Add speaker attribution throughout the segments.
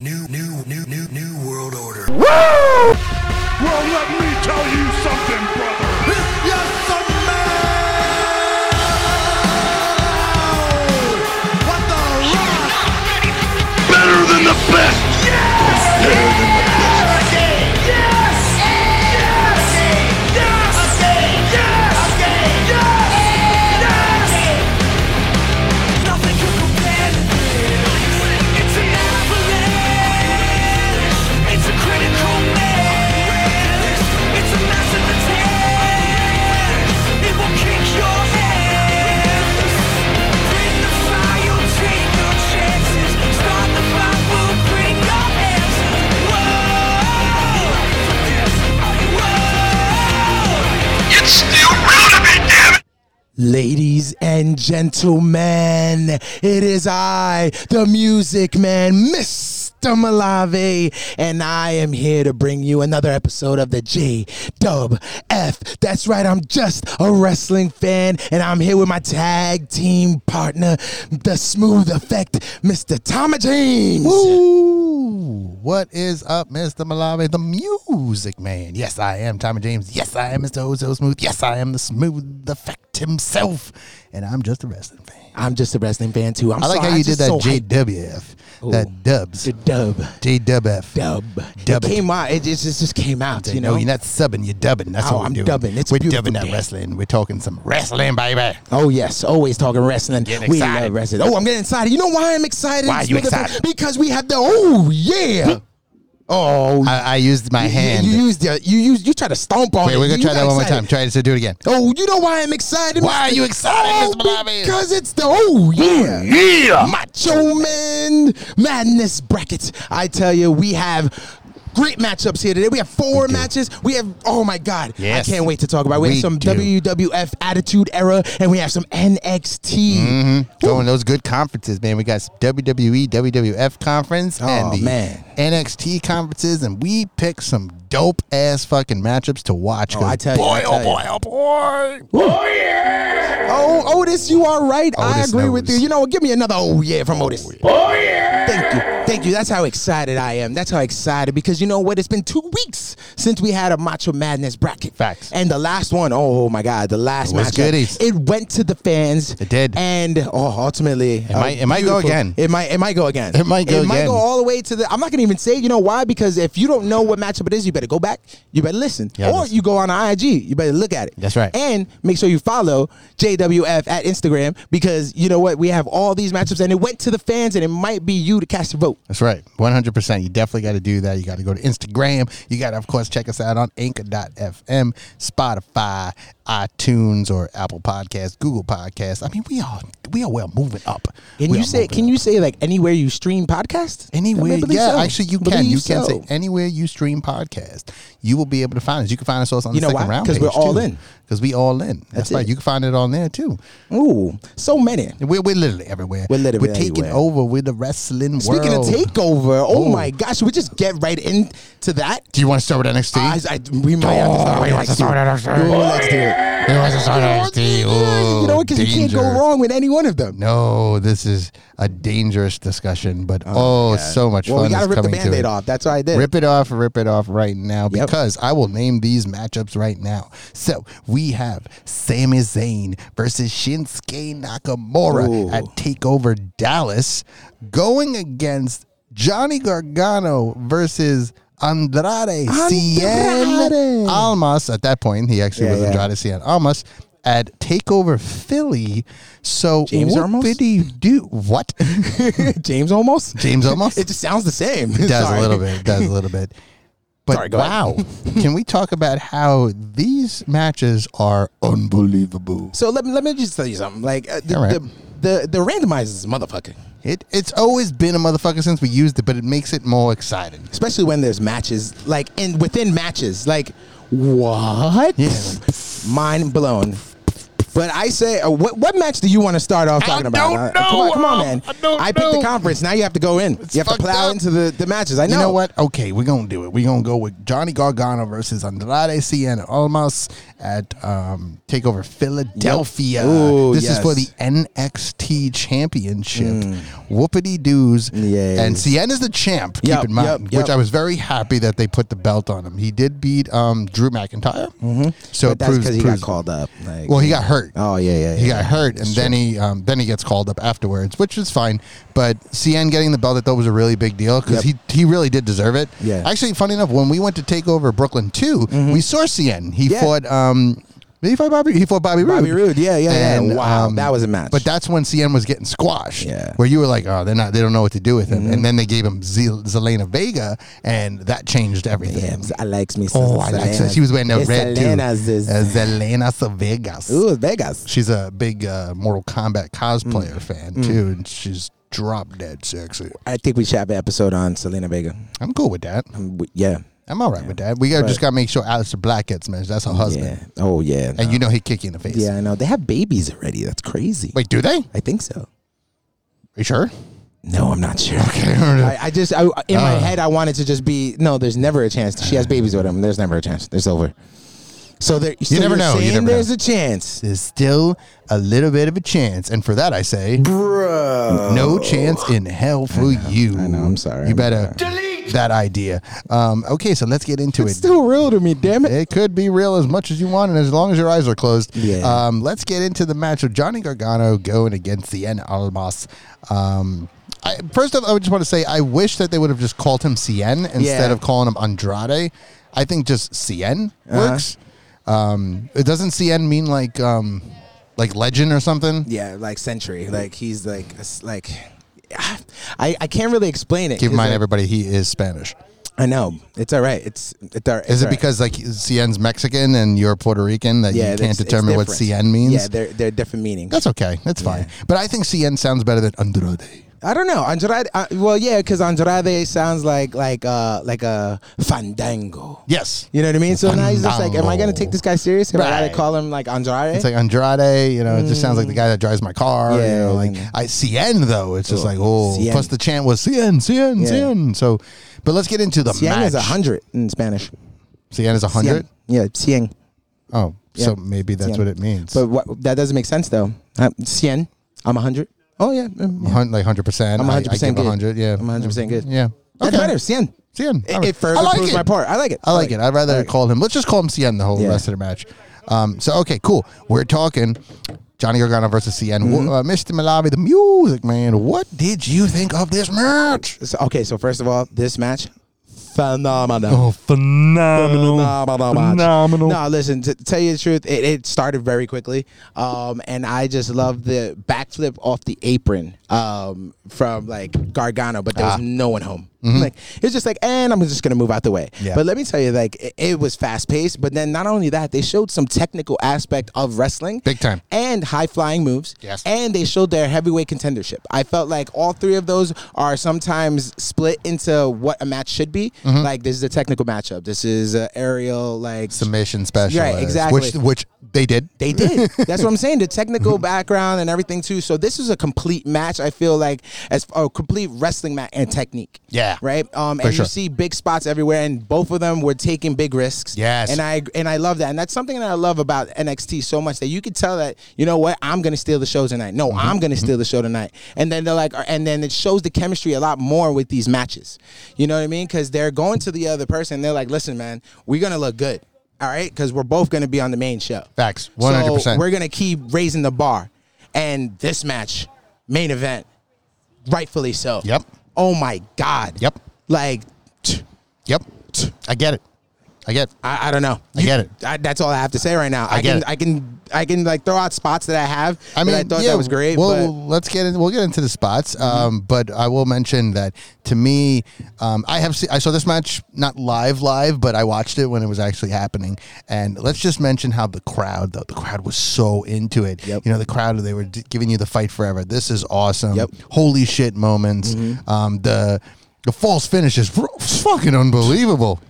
Speaker 1: New, new, new, new, new world order.
Speaker 2: Well, let me tell you something, brother. Better than the best.
Speaker 3: Start the fight, we'll bring your answers. Whoa, whoa.
Speaker 4: Ladies and gentlemen, it is I, the music man, Mr. Malave, and I am here to bring you another episode of the J Dub F. That's right, I'm just a wrestling fan, and I'm here with my tag team partner, the smooth effect, Mr. Tommy James.
Speaker 5: Woo! What is up, Mr. Malave, the music man? Yes, I am Tommy James. Yes, I am Mr. Ozo Smooth. Yes, I am the smooth effect himself. And I'm just a wrestling fan.
Speaker 4: I'm just a wrestling fan too. I'm
Speaker 5: i like
Speaker 4: sorry,
Speaker 5: how you
Speaker 4: just
Speaker 5: did that
Speaker 4: so hyped.
Speaker 5: JWF. That dubs.
Speaker 4: The dub.
Speaker 5: JWF.
Speaker 4: Dub.
Speaker 5: Dub
Speaker 4: It
Speaker 5: it.
Speaker 4: came out. It just, it just came out. You know.
Speaker 5: No, you're not subbing, you're dubbing. That's
Speaker 4: Oh,
Speaker 5: what we're
Speaker 4: I'm
Speaker 5: doing.
Speaker 4: dubbing. It's a
Speaker 5: we're
Speaker 4: beautiful
Speaker 5: dubbing that
Speaker 4: day.
Speaker 5: wrestling. We're talking some wrestling, baby.
Speaker 4: Oh yes, always talking wrestling.
Speaker 5: Getting
Speaker 4: we
Speaker 5: excited.
Speaker 4: love wrestling. Oh, I'm getting excited. You know why I'm excited?
Speaker 5: Why are you
Speaker 4: Mr. Fe-
Speaker 5: excited?
Speaker 4: Because we have the oh yeah. oh,
Speaker 5: I, I used my
Speaker 4: you-
Speaker 5: hand.
Speaker 4: You, used the you used you try to stomp on.
Speaker 5: Wait,
Speaker 4: it.
Speaker 5: we're going
Speaker 4: You
Speaker 5: to try that
Speaker 4: got
Speaker 5: one more time.
Speaker 4: excited.
Speaker 5: Try to do it again.
Speaker 4: Oh, you know why I'm excited?
Speaker 5: Why are you excited,
Speaker 4: Oh,
Speaker 5: Mr. Malave?
Speaker 4: Because it's the oh yeah. Yeah. Macho Man Madness bracket. I tell you, we have great matchups here today. We have four
Speaker 5: We do.
Speaker 4: matches. We have oh my god.
Speaker 5: Yes.
Speaker 4: I can't wait to talk about. It. We,
Speaker 5: We
Speaker 4: have some
Speaker 5: do.
Speaker 4: WWF Attitude Era and we have some NXT.
Speaker 5: Mm-hmm. Going those good conferences, man. We got WWE, WWF conference,
Speaker 4: Oh,
Speaker 5: and the
Speaker 4: man.
Speaker 5: NXT conferences, and we picked some dope ass fucking matchups to watch.
Speaker 4: Oh, I
Speaker 5: 'cause
Speaker 4: tell you,
Speaker 5: boy,
Speaker 4: I
Speaker 5: oh
Speaker 4: tell
Speaker 5: boy, oh boy,
Speaker 4: Oh, Otis, you are right. I
Speaker 5: Otis
Speaker 4: agree with you.
Speaker 5: knows.
Speaker 4: You know what? Give me another oh yeah from Otis. Oh yeah. Thank you. Thank you. That's how excited I am. That's how excited because you know what? It's been two weeks since we had a Macho Madness bracket.
Speaker 5: Facts.
Speaker 4: And the last one, oh my God, the last
Speaker 5: It was
Speaker 4: matchup,
Speaker 5: goodies.
Speaker 4: It went to the fans.
Speaker 5: It did.
Speaker 4: And oh, ultimately, it
Speaker 5: might- it might go again.
Speaker 4: It might. It might go again.
Speaker 5: It might go
Speaker 4: It might
Speaker 5: again.
Speaker 4: go all the way to the. I'm not gonna even say. You know why? Because if you don't know what matchup it is, you better go back. You better listen.
Speaker 5: Yeah,
Speaker 4: or
Speaker 5: listen.
Speaker 4: you go on IG. You better look at it.
Speaker 5: That's right.
Speaker 4: And make sure you follow JWF at Instagram because you know what? We have all these matchups and it went to the fans and it might be you to cast your vote.
Speaker 5: That's right, one hundred percent. You definitely got to do that. You got to go to Instagram. You got to, of course, check us out on Anchor.fm, Spotify, iTunes, or Apple Podcasts, Google Podcasts. I mean, we are we are well moving up.
Speaker 4: Can
Speaker 5: We
Speaker 4: you
Speaker 5: are
Speaker 4: say
Speaker 5: moving
Speaker 4: can you say like anywhere you stream podcast? I
Speaker 5: Anywhere,
Speaker 4: mean, I believe
Speaker 5: yeah,
Speaker 4: so.
Speaker 5: actually, you can.
Speaker 4: Believe
Speaker 5: You
Speaker 4: so.
Speaker 5: can say anywhere you stream podcast, you will be able to find us. You can find us also on
Speaker 4: You
Speaker 5: the
Speaker 4: know
Speaker 5: second
Speaker 4: why?
Speaker 5: round
Speaker 4: 'Cause we're all in.
Speaker 5: Because we all in.
Speaker 4: That's
Speaker 5: That's, right.
Speaker 4: it.
Speaker 5: You can find it on there too.
Speaker 4: Ooh, so many.
Speaker 5: We're, we're literally everywhere.
Speaker 4: We're literally
Speaker 5: We're taking
Speaker 4: everywhere.
Speaker 5: over with the wrestling
Speaker 4: Speaking
Speaker 5: world.
Speaker 4: of takeover, oh,
Speaker 5: Oh.
Speaker 4: my gosh, should we just get right into that.
Speaker 5: do you want to start with NXT?
Speaker 4: I, I, we might have to start. with
Speaker 5: Oh, we want to
Speaker 4: NXT.
Speaker 5: start with NXT.
Speaker 4: Ooh, let's do it.
Speaker 5: Who wants to start with NXT?
Speaker 4: you know what?
Speaker 5: Oh,
Speaker 4: Because you can't go
Speaker 5: danger.
Speaker 4: wrong with any one of them.
Speaker 5: No, this is a dangerous discussion, but oh, so much
Speaker 4: Well,
Speaker 5: fun.
Speaker 4: we gotta
Speaker 5: is
Speaker 4: rip the
Speaker 5: coming to
Speaker 4: band-aid
Speaker 5: it.
Speaker 4: off. That's what I did.
Speaker 5: Rip it off, rip it off right now
Speaker 4: Yep.
Speaker 5: because I will name these matchups right now. So we have Sami Zayn versus Shinsuke Nakamura
Speaker 4: Ooh.
Speaker 5: at TakeOver Dallas going against Johnny Gargano versus Andrade,
Speaker 4: Andrade.
Speaker 5: Cien Almas. At that point, he actually
Speaker 4: Yeah,
Speaker 5: was
Speaker 4: yeah.
Speaker 5: Andrade Cien Almas at TakeOver Philly. So
Speaker 4: James
Speaker 5: what
Speaker 4: Almas?
Speaker 5: did he do? What?
Speaker 4: James almost.
Speaker 5: James Almas?
Speaker 4: It just sounds the same.
Speaker 5: It does a little bit. It does a little bit. But
Speaker 4: Sorry, go ahead.
Speaker 5: wow, can we talk about how these matches are unbelievable?
Speaker 4: So let me let me just tell you something. Like uh, the,
Speaker 5: All right.
Speaker 4: the the the randomizers, motherfucker.
Speaker 5: It it's always been a motherfucker since we used it, but it makes it more exciting.
Speaker 4: Especially when there's matches, like and within matches, like what?
Speaker 5: Yeah.
Speaker 4: Mind blown. But I say, uh, what, what match do you want to start off
Speaker 5: I
Speaker 4: talking about?
Speaker 5: don't
Speaker 4: Uh, come on,
Speaker 5: know,
Speaker 4: come on,
Speaker 5: Al.
Speaker 4: man.
Speaker 5: I don't
Speaker 4: picked the
Speaker 5: know.
Speaker 4: conference. Now you have to go in. you have to
Speaker 5: fucked
Speaker 4: plow
Speaker 5: up.
Speaker 4: into the, the matches. I know.
Speaker 5: You know what? Okay, we're gonna do it. We're gonna go with Johnny Gargano versus Andrade Cien Almas at um, Takeover Philadelphia.
Speaker 4: Yep. Ooh,
Speaker 5: this is for the
Speaker 4: yes. Mm.
Speaker 5: NXT Championship. Whoopity doos.
Speaker 4: Yes.
Speaker 5: And Cien is the champ.
Speaker 4: Yep,
Speaker 5: keep in mind,
Speaker 4: yep, yep.
Speaker 5: which I was very happy that they put the belt on him. He did beat um, Drew McIntyre. Mm-hmm. So
Speaker 4: But
Speaker 5: it
Speaker 4: that's
Speaker 5: proves,
Speaker 4: because he
Speaker 5: proves-
Speaker 4: got called up. Like,
Speaker 5: Well, he got hurt.
Speaker 4: Oh yeah, yeah.
Speaker 5: He
Speaker 4: yeah.
Speaker 5: got hurt, and then he um, then he gets called up afterwards, which is fine. But CN getting the belt, I thought was a really big deal because
Speaker 4: Yep.
Speaker 5: he he really did deserve it.
Speaker 4: Yeah. Mm-hmm.
Speaker 5: Actually, funny enough, when we went to take over Brooklyn 2 we saw CN. He
Speaker 4: Yeah.
Speaker 5: fought. Um, did he fight Bobby? He fought Bobby Roode.
Speaker 4: Bobby Roode, yeah, yeah, yeah. Wow,
Speaker 5: um,
Speaker 4: that was a match.
Speaker 5: But that's when CN was getting squashed.
Speaker 4: Yeah. Mm-hmm.
Speaker 5: Where you were like, oh, they're not. They don't know what to do with him. And then they gave him Z- Zelena Vega, and that changed everything.
Speaker 4: Damn, I likes me. some
Speaker 5: Oh, I like
Speaker 4: Selena.
Speaker 5: that. She was wearing the
Speaker 4: It's
Speaker 5: red
Speaker 4: Selena's
Speaker 5: too.
Speaker 4: is-
Speaker 5: Uh, Zelena Vegas.
Speaker 4: Ooh, Vegas.
Speaker 5: She's a big uh, Mortal Kombat cosplayer
Speaker 4: Mm.
Speaker 5: fan too, and she's drop dead sexy.
Speaker 4: I think we should have an episode on Selena Vega.
Speaker 5: I'm cool with that.
Speaker 4: We- Mm. Yeah.
Speaker 5: I'm all right with that. We gotta, just gotta make sure Alistair Black gets married. That's her husband,
Speaker 4: Yeah. Oh yeah.
Speaker 5: and you know he kick you in the face.
Speaker 4: Yeah, I know. They have babies already. That's crazy.
Speaker 5: Wait, do they? Are
Speaker 4: I think so.
Speaker 5: you sure?
Speaker 4: No, I'm not sure. I, I just I, in my
Speaker 5: Uh.
Speaker 4: head I wanted to just be no. There's never a chance. She has babies with him. There's never a chance. There's over. So there. so
Speaker 5: never
Speaker 4: you're
Speaker 5: know. You
Speaker 4: saying
Speaker 5: never know.
Speaker 4: there's a chance.
Speaker 5: There's still a little bit of a chance, and for that I say, bro, no chance in hell for you.
Speaker 4: I know, I'm sorry,
Speaker 5: You
Speaker 4: I'm
Speaker 5: better delete that idea. Um, okay, so let's get into it.
Speaker 4: Still real to me. Damn it.
Speaker 5: It could be real as much as you want, and as long as your eyes are closed.
Speaker 4: Yeah.
Speaker 5: Um, let's get into the match of Johnny Gargano going against Cien Almas. Um, I, first off, I would just want to say I wish that they would have just called him Cien instead
Speaker 4: Yeah.
Speaker 5: of calling him Andrade. I think just Cien
Speaker 4: Uh-huh.
Speaker 5: works. Um, it doesn't Cien mean like um, like legend or something.
Speaker 4: Yeah, like
Speaker 5: Mm-hmm.
Speaker 4: Century. Like he's like a s- like. I, I can't really explain it.
Speaker 5: Keep in
Speaker 4: 'cause,
Speaker 5: mind,
Speaker 4: like,
Speaker 5: everybody, he is Spanish.
Speaker 4: I know it's all right. It's it's all right. It's
Speaker 5: Is it
Speaker 4: all right.
Speaker 5: because like Cien's Mexican and you're Puerto Rican that you
Speaker 4: it's-
Speaker 5: can't
Speaker 4: it's
Speaker 5: determine what
Speaker 4: different.
Speaker 5: Cien means?
Speaker 4: Yeah, they're they're different meanings.
Speaker 5: That's okay. That's fine. But I think CN sounds better than Andrade.
Speaker 4: I don't know. Andrade. Uh, well, yeah, because Andrade sounds like like uh like a fandango.
Speaker 5: Yes.
Speaker 4: You know what I mean? So now he's just like, am I gonna take this guy serious? Am I
Speaker 5: Right.
Speaker 4: gotta call him like Andrade?
Speaker 5: It's like Andrade, you know, it just sounds like the guy that drives my car. you
Speaker 4: Mm. Yeah,
Speaker 5: know, like
Speaker 4: and-
Speaker 5: I CN though, it's just
Speaker 4: Oh,
Speaker 5: like, oh,
Speaker 4: CN.
Speaker 5: plus the chant was CN, CN,
Speaker 4: Yeah.
Speaker 5: CN. So, but let's get into the
Speaker 4: Cien
Speaker 5: match.
Speaker 4: is a hundred in Spanish.
Speaker 5: CN is a
Speaker 4: Cien.
Speaker 5: hundred.
Speaker 4: Yeah, cien.
Speaker 5: Oh, so
Speaker 4: Yeah.
Speaker 5: maybe that's
Speaker 4: Cien.
Speaker 5: what it means.
Speaker 4: But what, that doesn't make sense though. Uh, cien. I'm a hundred. Oh yeah. mm, yeah.
Speaker 5: Hun- like hundred percent.
Speaker 4: I'm 100% good.
Speaker 5: hundred. Yeah,
Speaker 4: I'm 100% good.
Speaker 5: Yeah,
Speaker 4: That's better. Cien.
Speaker 5: CN.
Speaker 4: It,
Speaker 5: All right.
Speaker 4: it further
Speaker 5: I like
Speaker 4: proves
Speaker 5: it.
Speaker 4: my part. I like it.
Speaker 5: I like it. I'd rather
Speaker 4: like it.
Speaker 5: call him. Let's just call him CN the whole
Speaker 4: Yeah.
Speaker 5: rest of the match. Um, so okay, cool. We're talking Johnny Gargano versus CN. Wh- Uh, Mr. Malavi, the music man. What did you think of this match?
Speaker 4: So, okay, so first of all, this match, phenomenal.
Speaker 2: Oh, phenomenal.
Speaker 4: phenomenal. match.
Speaker 2: Phenomenal.
Speaker 4: No, listen, to tell you the truth, it, it started very quickly. Um, and I just love the backflip off the apron um, from like Gargano, but there
Speaker 5: Ah.
Speaker 4: was no one home. Like it's just like, and I'm just gonna move out the way.
Speaker 5: Mm-hmm. Yeah.
Speaker 4: But let me tell you, like it, it was fast paced. But then not only that, they showed some technical aspect of wrestling,
Speaker 5: Big time.
Speaker 4: and high flying moves.
Speaker 5: Yes.
Speaker 4: And they showed their heavyweight contendership. I felt like all three of those are sometimes split into what a match should be. Like this is a technical matchup. This is a aerial like
Speaker 5: Submission special.
Speaker 4: exactly.
Speaker 5: Which which they did.
Speaker 4: they did. That's what I'm saying. The technical background and everything too. So this is a complete match. I feel like as a complete wrestling match and technique.
Speaker 5: Yeah.
Speaker 4: Right. Um.
Speaker 5: For
Speaker 4: and
Speaker 5: sure.
Speaker 4: you see big spots everywhere, and both of them were taking big risks.
Speaker 5: Yes.
Speaker 4: And I and I love that, and that's something that I love about NXT so much that you could tell that you know what I'm gonna steal the show tonight. No,
Speaker 5: Mm-hmm.
Speaker 4: I'm gonna steal the show tonight. And then they're like, uh, and then it shows the chemistry a lot more with these matches. You know what I mean? Because they're going to the other person. They're like, listen, man, we're gonna look good. All right, because we're both going to be on the main show.
Speaker 5: Facts. 100%.
Speaker 4: So we're gonna keep raising the bar, and this match, main event, rightfully so.
Speaker 5: Yep.
Speaker 4: Oh my God.
Speaker 5: Yep.
Speaker 4: Like, tch,
Speaker 5: Yep. I get it. I get. It.
Speaker 4: I, I don't know.
Speaker 5: I get it.
Speaker 4: I, that's all I have to say right now. I,
Speaker 5: get
Speaker 4: can
Speaker 5: it.
Speaker 4: I can I can like throw out spots that I have.
Speaker 5: I mean,
Speaker 4: that I thought
Speaker 5: yeah,
Speaker 4: that was great.
Speaker 5: Well,
Speaker 4: but- Mm-hmm.
Speaker 5: let's get in, we'll get into the spots. Um, but I will mention that to me, um, I have se- I saw this match not live live, but I watched it when it was actually happening. And let's just mention how the crowd though the crowd was so into it.
Speaker 4: Yep.
Speaker 5: You know, the crowd they were d- giving you the fight forever. This is awesome.
Speaker 4: Yep. Mm-hmm.
Speaker 5: Holy shit moments. Um, the the false finish is r- fucking unbelievable.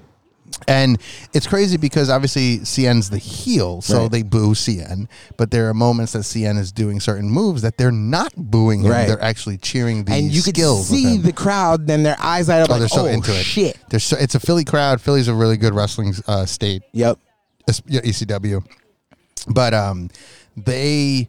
Speaker 5: And it's crazy because obviously CN's the heel, so
Speaker 4: Right.
Speaker 5: they boo CN. But there are moments that CN is doing certain moves that they're not booing him;
Speaker 4: Right.
Speaker 5: they're actually cheering the
Speaker 4: and you could
Speaker 5: skills. of
Speaker 4: see
Speaker 5: him.
Speaker 4: the crowd, then their eyes light up
Speaker 5: oh,
Speaker 4: like,
Speaker 5: they're so
Speaker 4: oh,
Speaker 5: into it.
Speaker 4: shit.
Speaker 5: They're so, it's a Philly crowd. Philly's a really good wrestling uh, state.
Speaker 4: Yep.
Speaker 5: Es- yeah, ECW. But um, they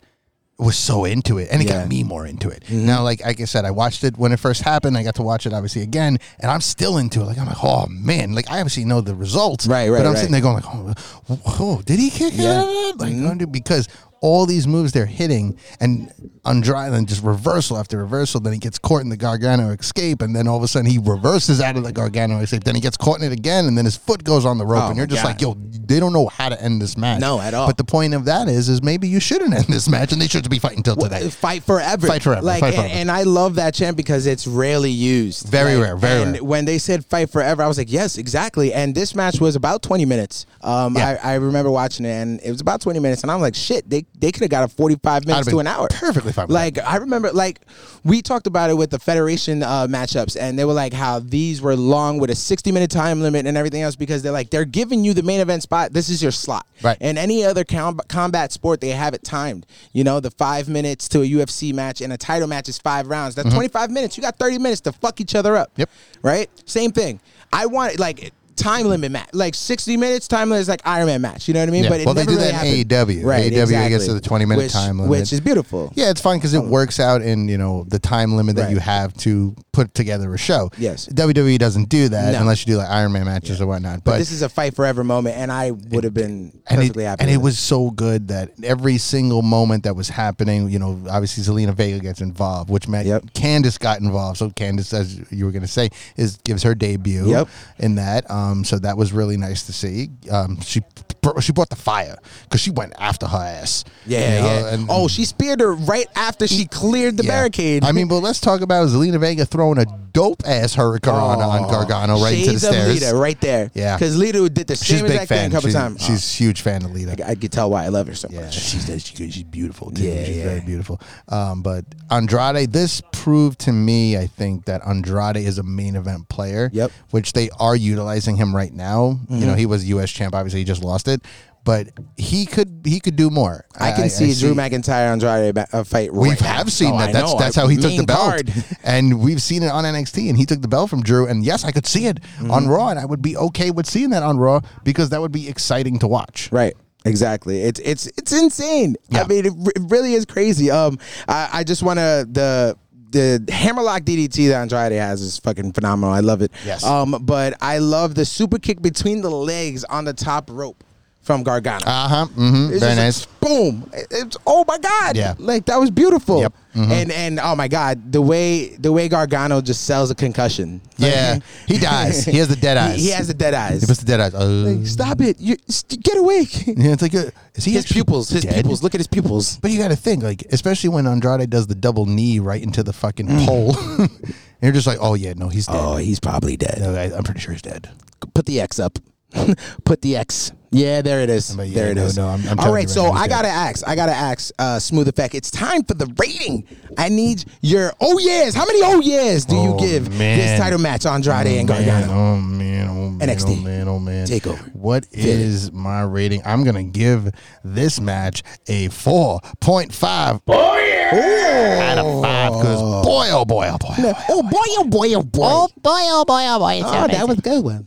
Speaker 5: was so into it, and it
Speaker 4: Yeah. Mm-hmm.
Speaker 5: got me more into it. Now, like like I said, I watched it when it first happened. I got to watch it obviously again, and I'm still into it. Like I'm like, oh man, like I obviously know the results,
Speaker 4: Right, right,
Speaker 5: But I'm
Speaker 4: right.
Speaker 5: sitting there going like, oh, whoa, did he kick
Speaker 4: Yeah. Mm-hmm.
Speaker 5: out? Like under- because. All these moves they're hitting and on dry and just reversal after reversal. Then he gets caught in the Gargano escape, and then all of a sudden he reverses out of the Gargano escape. Then he gets caught in it again, and then his foot goes on the rope,
Speaker 4: Oh,
Speaker 5: and
Speaker 4: my
Speaker 5: you're just
Speaker 4: God.
Speaker 5: like, yo, they don't know how to end this match.
Speaker 4: No, at all.
Speaker 5: But the point of that is, is maybe you shouldn't end this match, and they shouldn't be fighting till today.
Speaker 4: Fight forever.
Speaker 5: Fight forever,
Speaker 4: Like,
Speaker 5: fight
Speaker 4: and,
Speaker 5: forever.
Speaker 4: and I love that chant because it's rarely used.
Speaker 5: Very
Speaker 4: Like,
Speaker 5: rare, very
Speaker 4: and
Speaker 5: rare.
Speaker 4: When they said fight forever, I was like, yes, exactly. And this match was about 20 minutes. Um,
Speaker 5: Yeah.
Speaker 4: I, I remember watching it, and it was about 20 minutes, and I'm like, shit, they, they could have got a 45
Speaker 5: I'd have
Speaker 4: minutes to
Speaker 5: been
Speaker 4: an hour.
Speaker 5: perfectly fine with
Speaker 4: Like I remember, like we talked about it with the Federation uh, matchups, and they were like how these were long with a 60 minute time limit and everything else because they're like they're giving you the main event spot. This is your slot.
Speaker 5: Right.
Speaker 4: And any other com- combat sport, they have it timed. You know, the five minutes to a UFC match and a title match is five rounds. That's 25 minutes. You got 30 minutes to fuck each other up.
Speaker 5: Mm-hmm. Yep.
Speaker 4: Right. Same thing. I want like. Time limit match, like sixty minutes. Time limit is like Iron Man match. You know what I mean?
Speaker 5: Yeah.
Speaker 4: But it
Speaker 5: Well, they
Speaker 4: never
Speaker 5: do
Speaker 4: really
Speaker 5: that in E
Speaker 4: happened.
Speaker 5: AEW.
Speaker 4: Right,
Speaker 5: AEW gets to
Speaker 4: exactly.
Speaker 5: the 20-minute
Speaker 4: Which-
Speaker 5: time limit.
Speaker 4: which is beautiful.
Speaker 5: Yeah, it's fine because it works out in you know the time limit that
Speaker 4: Right.
Speaker 5: you have to put together a show.
Speaker 4: Yes.
Speaker 5: WWE doesn't do that
Speaker 4: No.
Speaker 5: unless you do like Iron Man matches or whatnot. But,
Speaker 4: But this is a fight forever moment, and I would have been
Speaker 5: and it,
Speaker 4: perfectly happy.
Speaker 5: and it
Speaker 4: with
Speaker 5: was so good that every single moment that was happening, you know, obviously Zelina Vega gets involved, which meant
Speaker 4: Yep.
Speaker 5: Candace got involved. So Candace, as you were going to say, is gives her debut
Speaker 4: Yep.
Speaker 5: in that. Um, so that was really nice to see. Um, she br- she brought the fire because she went after her ass.
Speaker 4: Yeah,
Speaker 5: you know,
Speaker 4: yeah.
Speaker 5: and-
Speaker 4: oh, she speared her right after she cleared the
Speaker 5: yeah.
Speaker 4: barricade.
Speaker 5: I mean, but let's talk about Zelina Vega throwing a dope ass hurricane on Gargano right
Speaker 4: Shades
Speaker 5: into the
Speaker 4: of
Speaker 5: stairs.
Speaker 4: Lita right there.
Speaker 5: Yeah.
Speaker 4: because Lita did the same
Speaker 5: She's a big
Speaker 4: exact thing
Speaker 5: fan.
Speaker 4: a couple
Speaker 5: She's,
Speaker 4: times.
Speaker 5: she's huge fan of Lita.
Speaker 4: Oh, I could tell why I love her so
Speaker 5: Yeah,
Speaker 4: much.
Speaker 5: she's she's, good. she's beautiful too.
Speaker 4: Yeah,
Speaker 5: she's
Speaker 4: yeah.
Speaker 5: very beautiful. Um, but Andrade, this proved to me, I think, that Andrade is a main event player.
Speaker 4: Yep. Mm-hmm.
Speaker 5: Which they are utilizing him right now. You know, he was U.S. champ. Obviously, he just lost it, but he could he could do more.
Speaker 4: I can see Drew McIntyre Andrade ba- uh, fight.
Speaker 5: We
Speaker 4: right now.
Speaker 5: have seen
Speaker 4: Oh, I
Speaker 5: that. That's
Speaker 4: know.
Speaker 5: that's how he took
Speaker 4: Mean
Speaker 5: the belt,
Speaker 4: card.
Speaker 5: and we've seen it on NXT. And he took the belt from Drew. And yes, I could see it
Speaker 4: Mm-hmm.
Speaker 5: on Raw, and I would be okay with seeing that on Raw because that would be exciting to watch.
Speaker 4: Right. Exactly. It's it's it's insane. I
Speaker 5: Yeah.
Speaker 4: mean, it, re- it really is crazy. Um, I, I just want to the the hammerlock DDT that Andrade has is fucking phenomenal. I love it.
Speaker 5: Yes.
Speaker 4: Um, but I love the super kick between the legs on the top rope from Gargano.
Speaker 5: Uh huh. hmm
Speaker 4: It's
Speaker 5: Very nice.
Speaker 4: just like, boom! It- It's oh my god!
Speaker 5: Yeah.
Speaker 4: like that was beautiful.
Speaker 5: Yep. Mm-hmm.
Speaker 4: And and oh my god, the way the way Gargano just sells a concussion. Like,
Speaker 5: Yeah, he dies. He has the dead eyes.
Speaker 4: He, he has the dead eyes.
Speaker 5: He puts the dead eyes. Uh,
Speaker 4: Stop it! You st- get awake.
Speaker 5: yeah, it's like, uh, is he
Speaker 4: his
Speaker 5: actually
Speaker 4: pupils, his
Speaker 5: dead?
Speaker 4: pupils. Look at his pupils.
Speaker 5: But you got to think, like, especially when Andrade does the double knee right into the fucking
Speaker 4: Mm.
Speaker 5: pole, and you're just like, oh yeah, no, he's dead.
Speaker 4: he's probably dead.
Speaker 5: No, I, I'm pretty sure he's dead.
Speaker 4: Put the X up. Put the X. Yeah, there it is.
Speaker 5: But yeah,
Speaker 4: there it
Speaker 5: no,
Speaker 4: is.
Speaker 5: no, I'm- I'm
Speaker 4: All
Speaker 5: telling you
Speaker 4: right,
Speaker 5: right
Speaker 4: so
Speaker 5: now, he's
Speaker 4: I
Speaker 5: dead.
Speaker 4: gotta ask. I gotta ask. Uh, Smooth effect. It's time for the rating. I need your oh yes. How many oh yes do you
Speaker 5: Oh,
Speaker 4: give this
Speaker 5: man.
Speaker 4: title match, Andrade and
Speaker 5: Man,
Speaker 4: Gargano?
Speaker 5: oh man, oh man,
Speaker 4: NXT.
Speaker 5: oh man, oh man.
Speaker 4: Takeover.
Speaker 5: What is
Speaker 4: it.
Speaker 5: my rating? I'm gonna give this match a four point five out of five because boy, oh boy, oh boy, oh boy.
Speaker 4: Oh boy! Oh boy! Oh boy!
Speaker 6: Oh boy, oh boy, oh boy. It's
Speaker 4: Oh, that was a good one.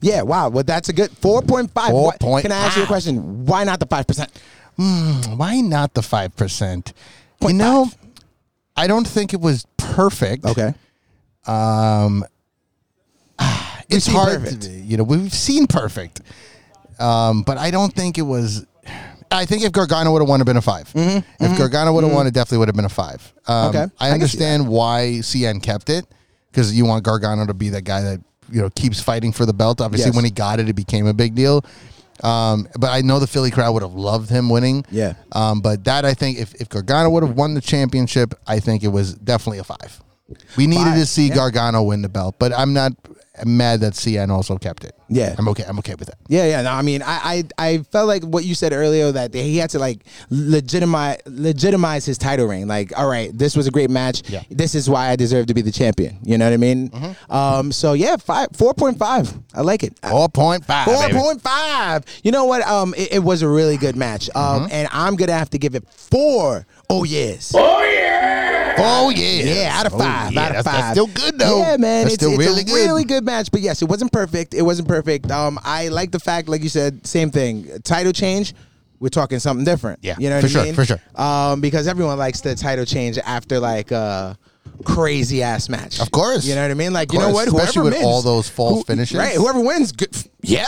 Speaker 4: Yeah, wow. Well, that's a good 4.5.
Speaker 5: Four
Speaker 4: What-
Speaker 5: point
Speaker 4: Can I ask you a
Speaker 5: five.
Speaker 4: question? Why not the 5%?
Speaker 5: why not the 5%? You know, I don't think it was perfect. It's
Speaker 4: seen
Speaker 5: hard.
Speaker 4: perfect.
Speaker 5: To, you know, we've seen perfect. Um, but I don't think it was. I think if Gargano would have won, it'd been a 5 If Gargano would have won, it definitely would have been a five. Um,
Speaker 4: Mm-hmm. Okay. I can
Speaker 5: I
Speaker 4: see
Speaker 5: understand why CN kept it because you want Gargano to be that guy that you know keeps fighting for the belt. Obviously,
Speaker 4: Yes.
Speaker 5: when he got it, it became a big deal. Um, but I know the Philly crowd would have loved him winning.
Speaker 4: Yeah.
Speaker 5: Um, but that I think if if Gargano would have won the championship, I think it was definitely a five. We needed
Speaker 4: Why?
Speaker 5: to see Gargano win the belt, but I'm not mad that CN also kept it.
Speaker 4: Yeah.
Speaker 5: I'm okay. I'm okay with that.
Speaker 4: Yeah, yeah. No, I mean, I, I, I felt like what you said earlier that he had to like legitimize, legitimize his title reign. Like, all right, this was a great match.
Speaker 5: Yeah.
Speaker 4: This is why I deserve to be the champion. You know what I mean? Um. So yeah, five, four point five. I like it.
Speaker 5: Four point five.
Speaker 4: Four
Speaker 5: Ah, baby.
Speaker 4: point five. You know what? Um, it, it was a really good match. Um,
Speaker 5: Mm-hmm.
Speaker 4: and I'm gonna have to give it four. Oh yes.
Speaker 5: Oh yeah.
Speaker 4: Yeah, out of
Speaker 5: Oh,
Speaker 4: five.
Speaker 5: yeah,
Speaker 4: out of five.
Speaker 5: that's, That's still good though.
Speaker 4: Yeah, man.
Speaker 5: That's
Speaker 4: it's
Speaker 5: still
Speaker 4: it's
Speaker 5: really
Speaker 4: a
Speaker 5: good.
Speaker 4: really good match. But yes, it wasn't perfect. It wasn't perfect. Um, I like the fact, like you said, same thing. Title change. We're talking something different.
Speaker 5: Yeah,
Speaker 4: you know what
Speaker 5: for
Speaker 4: I
Speaker 5: sure,
Speaker 4: mean?
Speaker 5: for sure.
Speaker 4: Um, because everyone likes the title change after like a crazy ass match.
Speaker 5: Of course.
Speaker 4: you know what I mean. Like
Speaker 5: Of
Speaker 4: you know
Speaker 5: course,
Speaker 4: what,
Speaker 5: especially
Speaker 4: whoever
Speaker 5: with
Speaker 4: wins,
Speaker 5: all those false finishes.
Speaker 4: right? Whoever wins, good, yeah,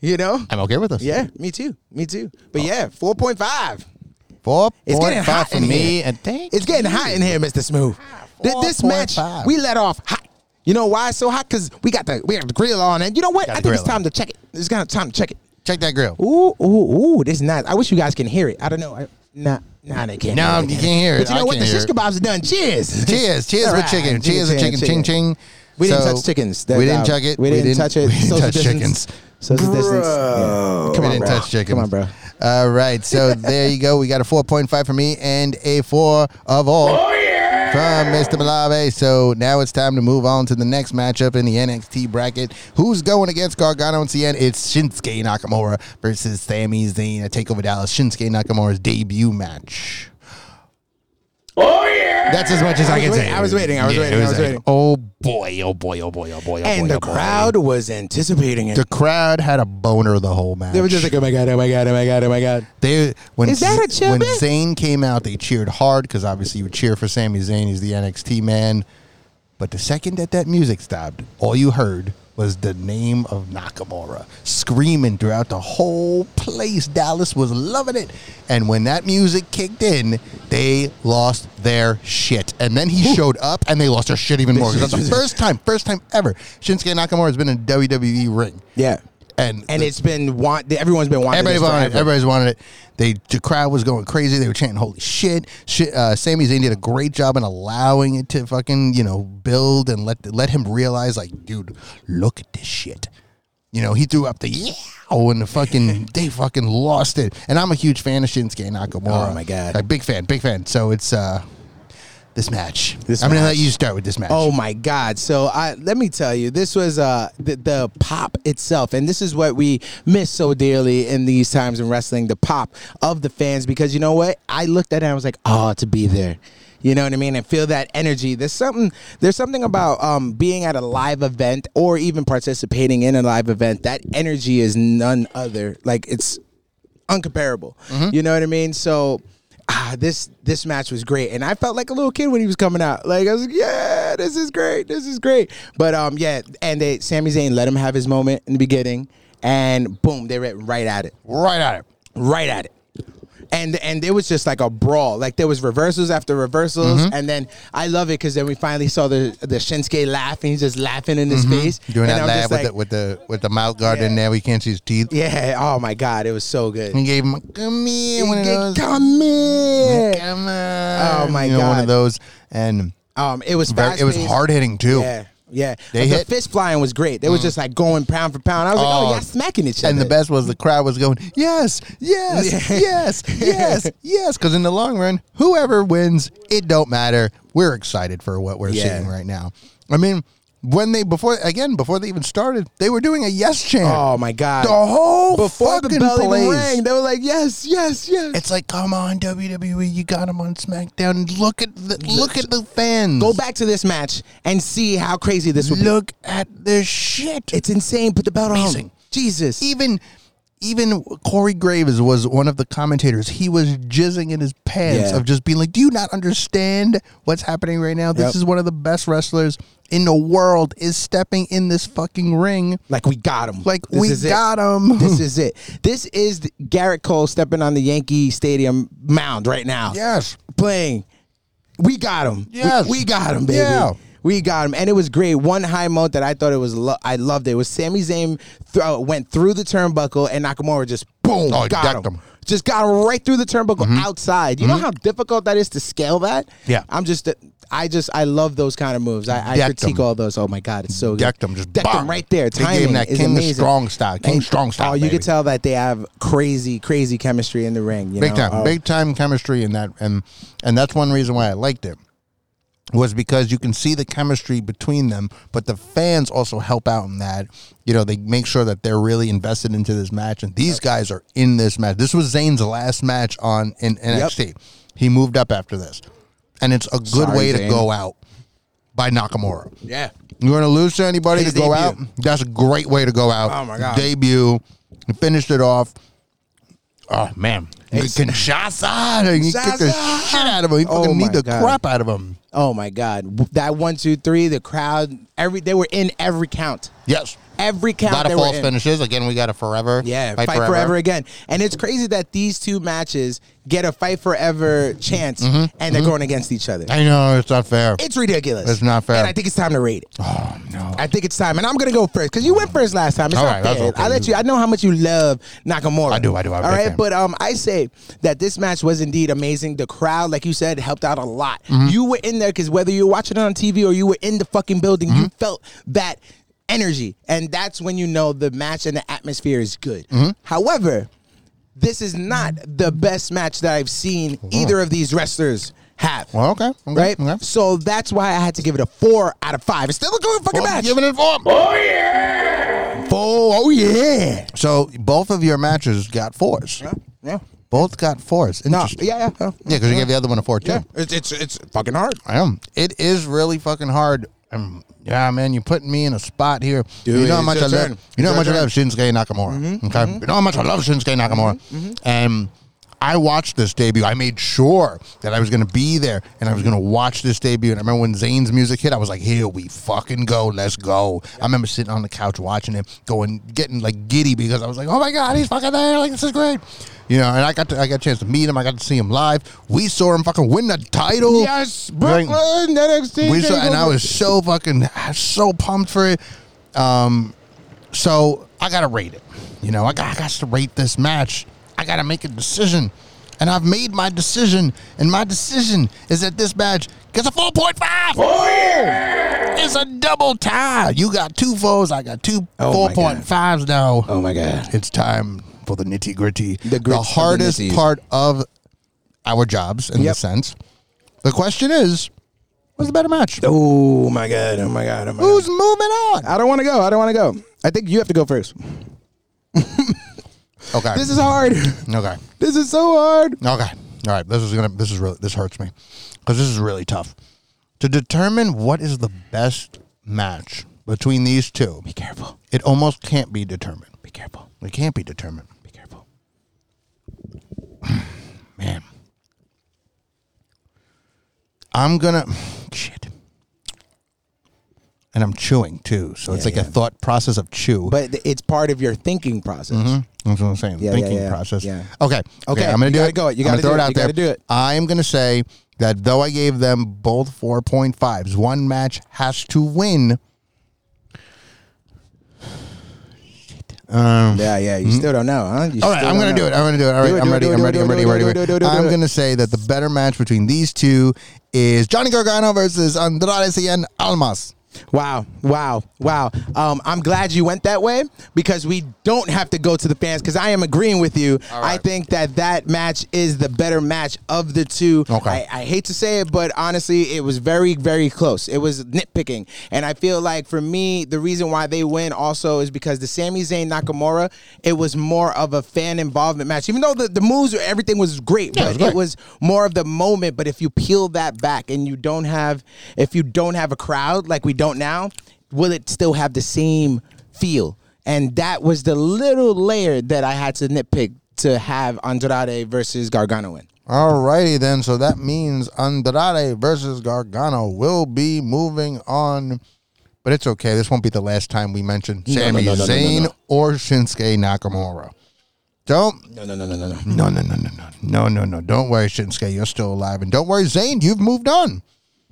Speaker 4: you know,
Speaker 5: I'm okay with this.
Speaker 4: yeah, me too, me too. But yeah, four point five.
Speaker 5: Oh. Four
Speaker 4: It's
Speaker 5: point
Speaker 4: getting
Speaker 5: five
Speaker 4: hot
Speaker 5: for
Speaker 4: in
Speaker 5: me,
Speaker 4: here.
Speaker 5: and thank
Speaker 4: It's getting
Speaker 5: you. Ah,
Speaker 4: hot in here, Mr. Smooth. Th- this match,
Speaker 5: 4.5.
Speaker 4: we let off hot. You know why it's so hot? Because we got the we got the grill on, and you know what?
Speaker 5: Got
Speaker 4: I
Speaker 5: the
Speaker 4: think it's
Speaker 5: grill
Speaker 4: time
Speaker 5: on.
Speaker 4: to check it. It's kind of time to check it.
Speaker 5: Check that grill.
Speaker 4: Ooh, ooh, ooh! This is nice. I wish you guys can hear it. I don't know. I, nah, nah, they can't.
Speaker 5: No,
Speaker 4: hear it. They
Speaker 5: you can't hear it.
Speaker 4: But you know
Speaker 5: I
Speaker 4: what? The
Speaker 5: can't hear
Speaker 4: shish
Speaker 5: it.
Speaker 4: kebabs are done. Cheers.
Speaker 5: Cheers. Cheers
Speaker 4: All
Speaker 5: with
Speaker 4: right.
Speaker 5: chicken. Cheers with chicken. Ching ching.
Speaker 4: We didn't
Speaker 5: So,
Speaker 4: touch chickens. That-
Speaker 5: We didn't
Speaker 4: uh,
Speaker 5: check it.
Speaker 4: We didn't touch it.
Speaker 5: We didn't
Speaker 4: Social
Speaker 5: touch
Speaker 4: distance.
Speaker 5: chickens.
Speaker 4: Social distance. Yeah. Come
Speaker 5: we
Speaker 4: on,
Speaker 5: didn't
Speaker 4: bro.
Speaker 5: touch chickens.
Speaker 4: Come on, bro.
Speaker 5: All right. So there you go. We got a 4.5 for me and a 4 of all from Mr. Malave. So now it's time to move on to the next matchup in the NXT bracket. Who's going against Gargano and CN? It's Shinsuke Nakamura versus Sami Zayn at TakeOver Dallas. Shinsuke Nakamura's debut match. Oh, yeah. That's as much as I,
Speaker 4: was
Speaker 5: can
Speaker 4: waiting-
Speaker 5: say.
Speaker 4: I was waiting, I was
Speaker 5: it
Speaker 4: waiting, I was
Speaker 5: like,
Speaker 4: waiting.
Speaker 5: Oh, boy. Oh, boy. Oh, boy. Oh, boy. Oh, boy.
Speaker 4: And
Speaker 5: oh,
Speaker 4: the
Speaker 5: boy.
Speaker 4: crowd was anticipating it.
Speaker 5: The crowd had a boner the whole match.
Speaker 4: They were just like, oh my god, oh my god, oh my god, oh my god.
Speaker 5: They when
Speaker 4: Is that a
Speaker 5: Z- when
Speaker 4: chubby?
Speaker 5: Zayn came out, they cheered hard because obviously you would cheer for Sami Zayn. He's the NXT man. But the second that that music stopped, all you heard was the name of Nakamura screaming throughout the whole place. Dallas was loving it. And when that music kicked in, they lost their shit. And then he showed up and they lost their shit even more. 'Cause That's the first time, first time ever Shinsuke Nakamura has been in a WWE ring.
Speaker 4: Yeah.
Speaker 5: And,
Speaker 4: And
Speaker 5: the-
Speaker 4: it's been want everyone's been wanting
Speaker 5: Everybody
Speaker 4: this
Speaker 5: wanted it.
Speaker 4: forever.
Speaker 5: Everybody's wanted it. They the crowd was going crazy. They were chanting "Holy shit!" shit uh, Sami Zayn did a great job in allowing it to fucking you know build and let let him realize like, dude, look at this shit. You know, he threw up the yeah, and the fucking they fucking lost it. And I'm a huge fan of Shinsuke Nakamura.
Speaker 4: Oh, my God.
Speaker 5: like big fan, big fan. So it's uh this match.
Speaker 4: This
Speaker 5: I'm gonna
Speaker 4: match.
Speaker 5: let you start with this match.
Speaker 4: Oh my God! So I let me tell you, this was uh, the, the pop itself, and this is what we miss so dearly in these times in wrestling: the pop of the fans. Because you know what? I looked at it and I was like, oh, to be there. You know what I mean, and feel that energy. There's something. There's something about um, being at a live event or even participating in a live event. That energy is none other. Like it's uncomparable.
Speaker 5: Mm-hmm.
Speaker 4: You know what I mean? So ah, this this match was great, and I felt like a little kid when he was coming out. Like I was like, yeah, this is great, this is great. But um, yeah, and they Sami Zayn let him have his moment in the beginning, and boom, they went right at it,
Speaker 5: right at it.
Speaker 4: right at it. And, and it was just like a brawl. Like there was reversals after reversals,
Speaker 5: Mm-hmm.
Speaker 4: and then I love it because then we finally saw the the Shinsuke laugh, and he's just laughing in his face.
Speaker 5: Mm-hmm.
Speaker 4: and
Speaker 5: Doing that
Speaker 4: I'm
Speaker 5: laugh
Speaker 4: just
Speaker 5: with,
Speaker 4: like,
Speaker 5: the, with the with the mouth guard in there, we can't see his teeth.
Speaker 4: yeah. Oh my god, it was so good.
Speaker 5: He gave him a, come here, one of those.
Speaker 4: Come here.
Speaker 5: Come
Speaker 4: Oh,
Speaker 5: on.
Speaker 4: my
Speaker 5: You know, one
Speaker 4: God.
Speaker 5: of those, and
Speaker 4: Um, it was
Speaker 5: very, it was
Speaker 4: fast-paced.
Speaker 5: hard hitting too.
Speaker 4: Yeah, yeah.
Speaker 5: They
Speaker 4: the
Speaker 5: hit- Mm.
Speaker 4: fist flying was great. They was just like going pound for pound. I was like, oh,
Speaker 5: Oh.
Speaker 4: y'all smacking each other.
Speaker 5: And the best was the crowd was going yes, yes,
Speaker 4: Yeah.
Speaker 5: yes, yes, yes. Because in the long run, whoever wins, it don't matter. We're excited for what we're
Speaker 4: Yeah.
Speaker 5: seeing right now. I mean, when they before again before they even started, they were doing a yes chant.
Speaker 4: Oh my god!
Speaker 5: The whole
Speaker 4: before the
Speaker 5: fucking
Speaker 4: bell even
Speaker 5: place.
Speaker 4: rang, they were like, yes, yes, yes.
Speaker 5: It's like, come on, WWE, you got him on SmackDown. Look at the look at the fans.
Speaker 4: Go back to this match and see how crazy this would be.
Speaker 5: Look at the shit.
Speaker 4: It's insane. Put the belt on.
Speaker 5: Amazing. E-
Speaker 4: Jesus.
Speaker 5: even even Corey Graves was one of the commentators. He was jizzing in his pants
Speaker 4: Yeah.
Speaker 5: of just being like, "Do you not understand what's happening right now? This
Speaker 4: Yep.
Speaker 5: is one of the best wrestlers in the world is stepping in this fucking ring.
Speaker 4: Like we got him.
Speaker 5: Like
Speaker 4: This
Speaker 5: we
Speaker 4: is it.
Speaker 5: got him.
Speaker 4: This is it. This is the- Garrett Cole stepping on the Yankee Stadium mound right now.
Speaker 5: yes,
Speaker 4: playing. We got him.
Speaker 5: Yes.
Speaker 4: We, we got him, baby.
Speaker 5: Yeah.
Speaker 4: We got him, and it was great. One high moment that I thought it was, lo- I loved it. Was Sami Zayn th- uh, went through the turnbuckle and Nakamura just boom
Speaker 5: Oh, he
Speaker 4: got
Speaker 5: decked
Speaker 4: him.
Speaker 5: him. Mm-hmm.
Speaker 4: just got him right through the turnbuckle outside. You know how difficult that is to scale that.
Speaker 5: Yeah.
Speaker 4: I'm just, I just I love those kind of moves. I, I
Speaker 5: Decked
Speaker 4: critique
Speaker 5: them.
Speaker 4: all those. Oh my god, it's so good.
Speaker 5: Decked them, just
Speaker 4: decked
Speaker 5: bang.
Speaker 4: them right there.
Speaker 5: They gave 'em
Speaker 4: Timing
Speaker 5: that
Speaker 4: is
Speaker 5: King
Speaker 4: amazing.
Speaker 5: Strong style, King Strong style,
Speaker 4: Oh, you
Speaker 5: baby.
Speaker 4: could tell that they have crazy, crazy chemistry in the ring. You
Speaker 5: big
Speaker 4: know?
Speaker 5: time,
Speaker 4: Oh,
Speaker 5: big time chemistry in that, and and that's one reason why I liked it was because you can see the chemistry between them, but the fans also help out in that. You know, they make sure that they're really invested into this match, and these guys are in this match. This was Zayn's last match on in NXT. He moved up after this, and it's a good
Speaker 4: Sorry,
Speaker 5: way to
Speaker 4: Zayn.
Speaker 5: go out by Nakamura.
Speaker 4: Yeah.
Speaker 5: You're going to lose to anybody
Speaker 4: His
Speaker 5: to go
Speaker 4: debut.
Speaker 5: out. That's a great way to go out.
Speaker 4: Oh, my God.
Speaker 5: Debut. He finished it off. Oh man,
Speaker 4: It's-
Speaker 5: Kinshasa! and He kicked the
Speaker 4: Kinshasa.
Speaker 5: shit out of him. He
Speaker 4: Oh,
Speaker 5: fucking
Speaker 4: my
Speaker 5: need the
Speaker 4: God.
Speaker 5: crap out of him.
Speaker 4: Oh my god, that one, two, three. The crowd, every they were in every count.
Speaker 5: Yes,
Speaker 4: Every
Speaker 5: a
Speaker 4: count.
Speaker 5: lot
Speaker 4: they
Speaker 5: of
Speaker 4: were
Speaker 5: false
Speaker 4: in.
Speaker 5: finishes. Again, we got a forever.
Speaker 4: Yeah, fight, forever. again. And it's crazy that these two matches get a fight forever chance
Speaker 5: Mm-hmm.
Speaker 4: and they're going against each other.
Speaker 5: I know it's not fair.
Speaker 4: It's ridiculous.
Speaker 5: It's not fair.
Speaker 4: And I think it's time to rate it.
Speaker 5: oh no,
Speaker 4: I think it's time. And I'm going to go first because you went first last time. It's
Speaker 5: All
Speaker 4: not
Speaker 5: right,
Speaker 4: fair.
Speaker 5: that's okay.
Speaker 4: I let you, I know how much you love Nakamura.
Speaker 5: I do, I do, I'm a
Speaker 4: All
Speaker 5: big
Speaker 4: right.
Speaker 5: fan.
Speaker 4: But um, I say that this match was indeed amazing. The crowd, like you said, helped out a lot.
Speaker 5: Mm-hmm.
Speaker 4: You were in there because whether you were watching it on TV or you were in the fucking building,
Speaker 5: Mm-hmm.
Speaker 4: you felt that energy. And that's when you know the match and the atmosphere is good.
Speaker 5: Mm-hmm.
Speaker 4: However, this is not the best match that I've seen either of these wrestlers have.
Speaker 5: Well, okay, okay,
Speaker 4: right?
Speaker 5: okay.
Speaker 4: So that's why I had to give it a four out of five. It's still a good fucking
Speaker 5: Well,
Speaker 4: match.
Speaker 5: give it a four.
Speaker 4: Oh, four. Oh yeah.
Speaker 5: So both of your matches got fours.
Speaker 4: Yeah.
Speaker 5: Both got fours.
Speaker 4: No.
Speaker 5: Interesting.
Speaker 4: Yeah. Yeah. Yeah.
Speaker 5: Yeah, because you gave the other one a four too.
Speaker 4: Yeah. It's, it's it's fucking hard.
Speaker 5: I am. It is really fucking hard. Um, yeah, man, you're putting me in a spot here.
Speaker 4: Do
Speaker 5: you
Speaker 4: it.
Speaker 5: know how
Speaker 4: It's
Speaker 5: much I
Speaker 4: your
Speaker 5: love.
Speaker 4: turn.
Speaker 5: You
Speaker 4: It's
Speaker 5: know how much
Speaker 4: your
Speaker 5: I love Shinsuke Nakamura. Okay, you know how much I love Shinsuke Nakamura. And I watched this debut. I made sure that I was going to be there and I was going to watch this debut. And I remember when Zayn's music hit, I was like, "Here we fucking go, let's go." I remember sitting on the couch watching it, going, getting like giddy because I was like, "Oh my god, he's fucking there! Like this is great." You know, and I got to, I got a chance to meet him. I got to see him live. We saw him fucking win the title. Like,
Speaker 4: NXT.
Speaker 5: we saw, and I was so fucking so pumped for it. Um, so I gotta rate it. You know, I got, I got to rate this match. I gotta make a decision, and I've made my decision. And my decision is that this match gets a four point five. It's a double tie. You got two fours. I got two
Speaker 4: Oh
Speaker 5: four
Speaker 4: my
Speaker 5: point fives now.
Speaker 4: Oh my God.
Speaker 5: It's time for the nitty gritty.
Speaker 4: The grits of
Speaker 5: the
Speaker 4: the
Speaker 5: hardest
Speaker 4: nitties.
Speaker 5: part of our jobs, in
Speaker 4: Yep.
Speaker 5: this sense. The question is, what's the better match?
Speaker 4: Oh my god. Oh my god. Oh my
Speaker 5: Who's moving on?
Speaker 4: I don't want to go. I don't want to go. I think you have to go first.
Speaker 5: Okay.
Speaker 4: This is hard.
Speaker 5: okay.
Speaker 4: This is so hard.
Speaker 5: Okay. All right. This is gonna. This is really. This hurts me because this is really tough to determine what is the best match between these two.
Speaker 4: Be careful.
Speaker 5: It almost can't be determined.
Speaker 4: Be careful.
Speaker 5: It can't be determined.
Speaker 4: Be careful.
Speaker 5: Man. I'm gonna shit. And I'm chewing too. So it's
Speaker 4: Yeah,
Speaker 5: like a
Speaker 4: yeah.
Speaker 5: thought process of chew.
Speaker 4: But th- it's part of your thinking process.
Speaker 5: Mm-hmm. That's what I'm saying.
Speaker 4: Yeah, yeah,
Speaker 5: Thinking
Speaker 4: yeah.
Speaker 5: process.
Speaker 4: Yeah.
Speaker 5: Okay. Okay.
Speaker 4: Okay,
Speaker 5: I'm gonna
Speaker 4: you
Speaker 5: do
Speaker 4: gotta
Speaker 5: it.
Speaker 4: go. You
Speaker 5: I'm
Speaker 4: gotta
Speaker 5: gonna throw
Speaker 4: do
Speaker 5: it
Speaker 4: it.
Speaker 5: out
Speaker 4: You
Speaker 5: there.
Speaker 4: gotta do it.
Speaker 5: I am gonna say that though I gave them both 4.5s, one match has to win.
Speaker 4: Yeah, yeah. You still don't know, huh?
Speaker 5: Mm-hmm. All right, I'm gonna do it. I'm gonna do it. All
Speaker 4: Do
Speaker 5: right,
Speaker 4: it,
Speaker 5: I'm
Speaker 4: do it,
Speaker 5: ready.
Speaker 4: do it, do
Speaker 5: I'm
Speaker 4: it,
Speaker 5: ready.
Speaker 4: do it,
Speaker 5: I'm
Speaker 4: do
Speaker 5: ready.
Speaker 4: it, do
Speaker 5: I'm
Speaker 4: it, do it,
Speaker 5: ready.
Speaker 4: do it, do
Speaker 5: I'm
Speaker 4: it.
Speaker 5: gonna say that the better match between these two is Johnny Gargano versus Andrade Cien Almas.
Speaker 4: Wow, wow, wow. Um, I'm glad you went that way because we don't have to go to the fans because I am agreeing with you. I think that that match is the better match of the two.
Speaker 5: Okay.
Speaker 4: I, I hate to say it, but honestly, it was very, very close. It was nitpicking. And I feel like for me, the reason why they win also is because the Sami Zayn Nakamura, it was more of a fan involvement match. Even though the, the moves, everything was great,
Speaker 5: Yeah, it was
Speaker 4: but
Speaker 5: great.
Speaker 4: it was more of the moment. But if you peel that back and you don't have, if you don't have a crowd like we don't now, will it still have the same feel? And that was the little layer that I had to nitpick to have Andrade versus Gargano in.
Speaker 5: Alrighty then, so that means Andrade versus Gargano will be moving on. But it's okay. This won't be the last time we mention
Speaker 4: no,
Speaker 5: Sami
Speaker 4: no, no, no, no,
Speaker 5: Zayn
Speaker 4: no.
Speaker 5: or Shinsuke Nakamura. Don't
Speaker 4: No, no, no, no, no, no.
Speaker 5: no no no no no no no no. Don't worry, Shinsuke, you're still alive, and don't worry, Zayn, you've moved on.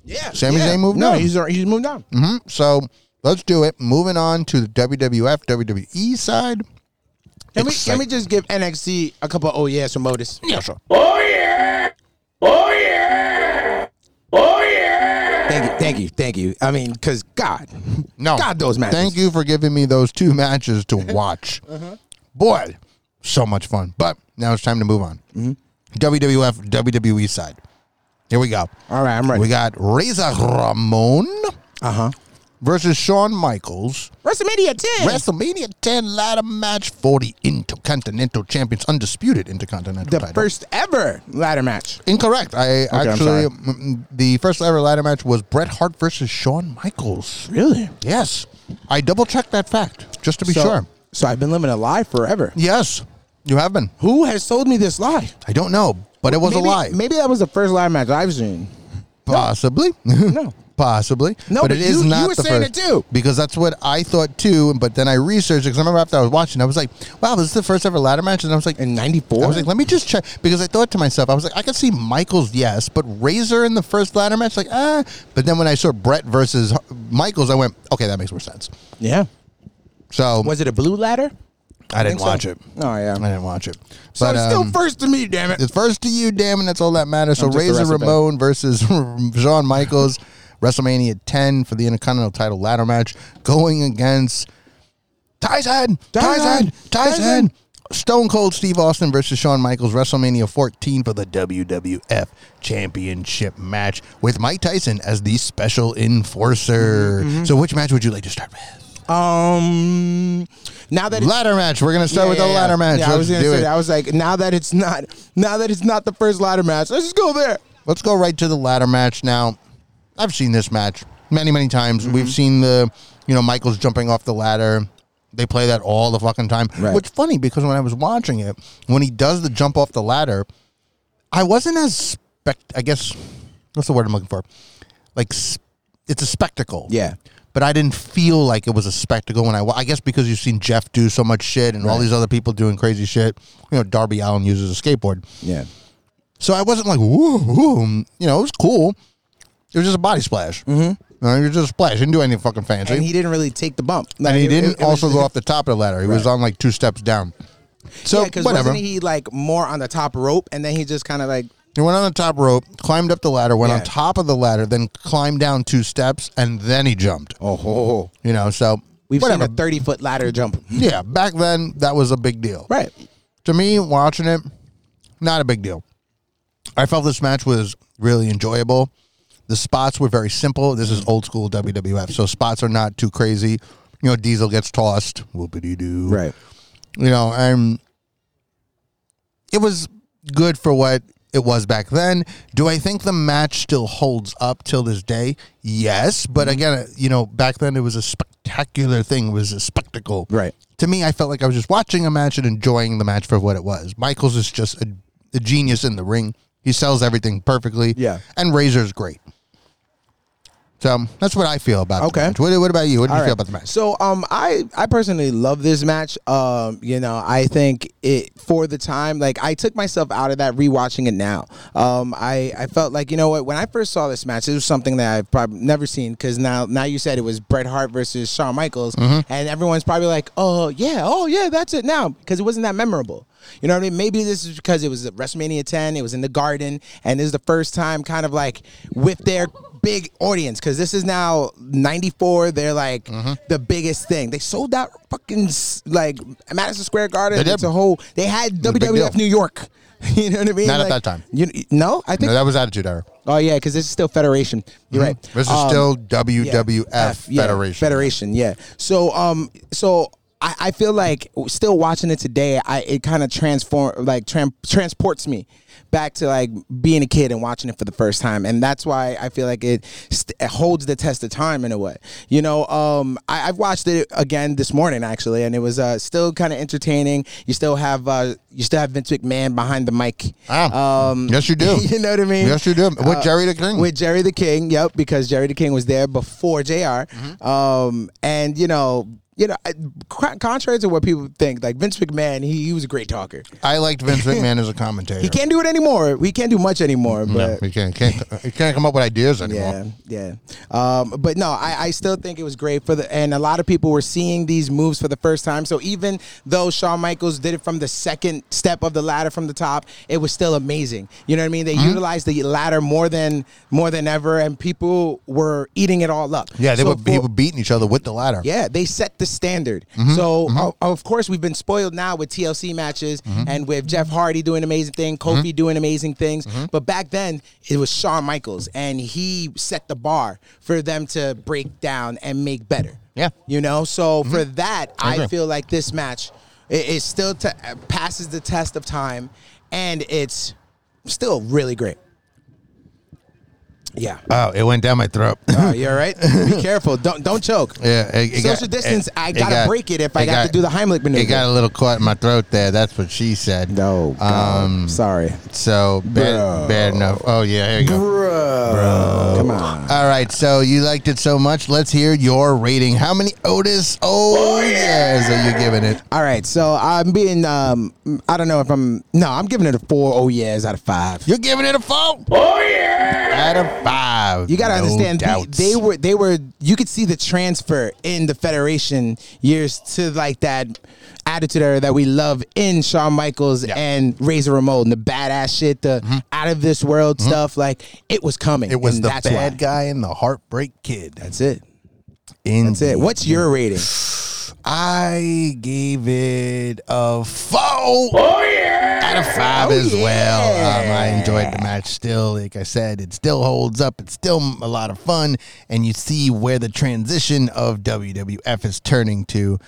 Speaker 4: Yeah,
Speaker 5: Sami
Speaker 4: yeah.
Speaker 5: Zayn moved
Speaker 4: no,
Speaker 5: on. Mm-hmm.
Speaker 4: he's already- he's moved on.
Speaker 5: So let's do it. Moving on to the WWF WWE E side.
Speaker 4: Can we can we just give NXT a couple? Oh yes, from Otis.
Speaker 5: Yeah, sure.
Speaker 2: Oh yeah! Oh yeah! Oh yeah!
Speaker 4: Thank you, thank you. I mean, because God,
Speaker 5: No.
Speaker 4: God, those matches. Uh-huh.
Speaker 5: Thank you for giving me those two matches to watch. Boy, so much fun. But now it's time to move on.
Speaker 4: Mm-hmm.
Speaker 5: WWF, WWE E side. Here we go.
Speaker 4: All right, I'm ready.
Speaker 5: We got Razor Ramon
Speaker 4: Uh huh.
Speaker 5: versus Shawn Michaels.
Speaker 4: WrestleMania 10.
Speaker 5: WrestleMania 10 ladder match for the Intercontinental Champions, undisputed Intercontinental
Speaker 4: the
Speaker 5: title.
Speaker 4: first ever ladder match.
Speaker 5: Incorrect. I
Speaker 4: I'm
Speaker 5: actually,
Speaker 4: sorry.
Speaker 5: m- the first ever ladder match was Bret Hart versus Shawn Michaels.
Speaker 4: Really?
Speaker 5: Yes. I double checked that fact just to be
Speaker 4: so,
Speaker 5: sure.
Speaker 4: So I've been living a lie forever.
Speaker 5: Yes, you have been.
Speaker 4: Who has sold me this lie?
Speaker 5: I don't know, but it was
Speaker 4: maybe,
Speaker 5: a lie.
Speaker 4: Maybe that was the first ladder match I've seen.
Speaker 5: Possibly.
Speaker 4: No.
Speaker 5: Possibly.
Speaker 4: No, but
Speaker 5: it is
Speaker 4: you- you
Speaker 5: not
Speaker 4: were
Speaker 5: the
Speaker 4: saying
Speaker 5: first.
Speaker 4: it too.
Speaker 5: Because that's what I thought too. But then I researched because I remember after I was watching, I was like, wow, this is the first ever ladder match. And I was like,
Speaker 4: In 94?
Speaker 5: I was like, let me just check. Because I thought to myself, I was like, I could see Michaels, yes, but Razor in the first ladder match, like, ah. But then when I saw Brett versus H- Michaels, I went, okay, that makes more sense.
Speaker 4: Yeah.
Speaker 5: So
Speaker 4: Was it a blue ladder?
Speaker 5: I
Speaker 4: think
Speaker 5: didn't
Speaker 4: so.
Speaker 5: watch it.
Speaker 4: Oh, yeah.
Speaker 5: I didn't watch it.
Speaker 4: So
Speaker 5: But,
Speaker 4: it's still
Speaker 5: um,
Speaker 4: first to me, damn it.
Speaker 5: it's first to you, damn, and that's all that matters. So
Speaker 4: I'm just the
Speaker 5: Razor
Speaker 4: recipe.
Speaker 5: Ramon versus Shawn Michaels, WrestleMania 10 for the Intercontinental title ladder match, going against Tyson, Tyson,
Speaker 4: Tyson,
Speaker 5: Tyson, Stone Cold Steve Austin versus Shawn Michaels, WrestleMania 14 for the WWF Championship match with Mike Tyson as the special enforcer.
Speaker 4: Mm-hmm.
Speaker 5: So, which match would you like to start with?
Speaker 4: Um, now that it's
Speaker 5: Ladder match. We're gonna start
Speaker 4: Yeah,
Speaker 5: with
Speaker 4: yeah,
Speaker 5: the
Speaker 4: yeah.
Speaker 5: ladder match.
Speaker 4: Yeah, I
Speaker 5: Let's
Speaker 4: was gonna
Speaker 5: do
Speaker 4: say
Speaker 5: it.
Speaker 4: that. I was like, now that it's not, now that it's not the first ladder match, let's just go there.
Speaker 5: Let's go right to the ladder match now. I've seen this match many, many times.
Speaker 4: Mm-hmm.
Speaker 5: We've seen the, you know, Michaels jumping off the ladder. They play that all the fucking time.
Speaker 4: Right.
Speaker 5: Which funny because when I was watching it, when he does the jump off the ladder, I wasn't as spect. I guess what's the word I'm looking for? Like s- it's a spectacle.
Speaker 4: Yeah.
Speaker 5: But I didn't feel like it was a spectacle when I. wa- I guess because you've seen Jeff do so much shit and all
Speaker 4: Right.
Speaker 5: these other people doing crazy shit. You know, Darby Allen uses a skateboard.
Speaker 4: Yeah.
Speaker 5: So I wasn't like, woo, woo. You know, it was cool. It was just a body splash. Mm-hmm. You know, it was just a splash. Didn't do anything fucking fancy.
Speaker 4: And he didn't really take the bump. Like,
Speaker 5: And he
Speaker 4: it-
Speaker 5: didn't
Speaker 4: it- it
Speaker 5: also
Speaker 4: was-
Speaker 5: go off the top of the ladder. He was
Speaker 4: Right.
Speaker 5: on like two steps down. So
Speaker 4: yeah, 'cause
Speaker 5: whatever.
Speaker 4: Wasn't
Speaker 5: He-,
Speaker 4: he like more on the top rope, and then he just kind of like
Speaker 5: went on the top rope, climbed up the ladder, went on
Speaker 4: Yeah.
Speaker 5: top of the ladder, then climbed down two steps, and then he jumped.
Speaker 4: oh, ho, ho.
Speaker 5: You know, so
Speaker 4: we've
Speaker 5: whatever.
Speaker 4: seen a thirty foot ladder jump,
Speaker 5: yeah, back then that was a big deal.
Speaker 4: right?
Speaker 5: to me, watching it, not a big deal. I felt this match was really enjoyable. The spots were very simple. This is old school WWF, so spots are not too crazy. You know, Diesel gets tossed, whoopity doo. You know, and it was good for what it was back then. Do I think the match still holds up till this day? Yes, but
Speaker 4: Mm-hmm.
Speaker 5: again, you know, back then it was a spectacular thing. It was a spectacle.
Speaker 4: Right.
Speaker 5: To me, I felt like I was just watching a match and enjoying the match for what it was. Michaels is just a, a genius in the ring. He sells everything perfectly.
Speaker 4: Yeah.
Speaker 5: And Razor's great. So that's what I feel about.
Speaker 4: Okay.
Speaker 5: The match. What, what about you? What do you
Speaker 4: All right.
Speaker 5: feel about the match?
Speaker 4: So um I I personally love this match. Um you know, I think it for the time like I took myself out of that rewatching it now. Um I I felt like you know what when I first saw this match it was something that I've probably never seen cuz now now you said it was Bret Hart versus Shawn Michaels
Speaker 5: Mm-hmm.
Speaker 4: and everyone's probably like, "Oh, yeah. Oh, yeah, that's it now" cuz it wasn't that memorable. You know what I mean? Maybe this is because it was at WrestleMania 10, it was in the garden, and this is the first time kind of like with their big audience because this is now 94 they're like
Speaker 5: Mm-hmm.
Speaker 4: the biggest thing they sold out fucking s- like madison square garden
Speaker 5: They did.
Speaker 4: it's a whole they had
Speaker 5: a big
Speaker 4: wwf
Speaker 5: deal.
Speaker 4: new york you know what i mean
Speaker 5: Not
Speaker 4: Like,
Speaker 5: at that time.
Speaker 4: you, no i think
Speaker 5: No, that was attitude error.
Speaker 4: oh yeah because this is still federation you're right
Speaker 5: Mm-hmm. This is
Speaker 4: Um,
Speaker 5: still
Speaker 4: yeah.
Speaker 5: WWF
Speaker 4: F, yeah,
Speaker 5: Federation.
Speaker 4: Federation, yeah. So, um, so I, I feel like still watching it today, I it kind of transform, like tran transports me back to like being a kid and watching it for the first time, and that's why I feel like it, st- it holds the test of time in a way. You know, um, I, I've watched it again this morning actually, and it was uh, still kind of entertaining. You still have uh, you still have Vince McMahon behind the mic. Um,
Speaker 5: Ah, yes, you do.
Speaker 4: you know what I mean? Uh,
Speaker 5: Yes, you do. With Jerry the King.
Speaker 4: With Jerry the King, yep, because Jerry the King was there before junior Um, and you know, you know, I- con- contrary to what people think, like Vince McMahon, he, he was a great talker.
Speaker 5: I liked Vince McMahon as a commentator.
Speaker 4: He can't do it anymore. He can't do much anymore.
Speaker 5: No,
Speaker 4: But
Speaker 5: he can't. Can't, he can't come up with ideas anymore.
Speaker 4: yeah, yeah. Um, but no, I, I still think it was great for the. And a lot of people were seeing these moves for the first time. So even though Shawn Michaels did it from the second step of the ladder from the top, it was still amazing. You know what I mean? They
Speaker 5: Mm-hmm.
Speaker 4: utilized the ladder more than more than ever, and people were eating it all up.
Speaker 5: Yeah, they
Speaker 4: So
Speaker 5: were
Speaker 4: for-
Speaker 5: people beating each other with the ladder.
Speaker 4: yeah, they set the standard.
Speaker 5: Mm-hmm,
Speaker 4: So o- of course we've been spoiled now with TLC matches
Speaker 5: Mm-hmm.
Speaker 4: and with Jeff Hardy doing amazing things, Kofi doing amazing things.
Speaker 5: Mm-hmm.
Speaker 4: But back then it was Shawn Michaels and he set the bar for them to break down and make better.
Speaker 5: Yeah. Mm-hmm.
Speaker 4: You know, so for that
Speaker 5: I
Speaker 4: I,
Speaker 5: agree.
Speaker 4: feel like this match it, it still t- passes the test of time and it's still really great. Yeah.
Speaker 5: Oh, it went down my throat.
Speaker 4: Oh, you all right? Be careful. Don't don't choke.
Speaker 5: yeah, it, it
Speaker 4: Social
Speaker 5: got-
Speaker 4: distance, I gotta
Speaker 5: got-
Speaker 4: break it if I got to do the Heimlich maneuver.
Speaker 5: It got a little caught in my throat there. That's what she said.
Speaker 4: No. Um, sorry.
Speaker 5: So
Speaker 4: Bro.
Speaker 5: bad, bad enough. Oh yeah, here you go.
Speaker 4: Bro. Come on.
Speaker 5: All right, so you liked it so much. Let's hear your rating. How many Otis Oh, yes are you giving it?
Speaker 4: All right. So I'm being, um, I don't know if I'm, no, I'm giving it a four oh yeahs out of five.
Speaker 5: You're giving it a four. Oh yeah, out of five.
Speaker 4: You gotta
Speaker 5: No
Speaker 4: understand the-
Speaker 5: doubts.
Speaker 4: they were they were you could see the transfer in the Federation years to like that attitude era that we love in Shawn Michaels
Speaker 5: Yeah. Mm-hmm.
Speaker 4: and Razor Ramon, the badass shit, the out of this world stuff. Like it was coming.
Speaker 5: It was
Speaker 4: and
Speaker 5: the
Speaker 4: that's
Speaker 5: bad
Speaker 4: why.
Speaker 5: guy and the heartbreak kid.
Speaker 4: That's it.
Speaker 5: That's
Speaker 4: That's it. What's your rating?
Speaker 5: I gave it a four. Oh yeah, out of five
Speaker 4: Oh,
Speaker 5: as well. Um,
Speaker 4: yeah.
Speaker 5: I enjoyed the match still. Like I said, it still holds up. It's still a lot of fun, and you see where the transition of WWF is turning to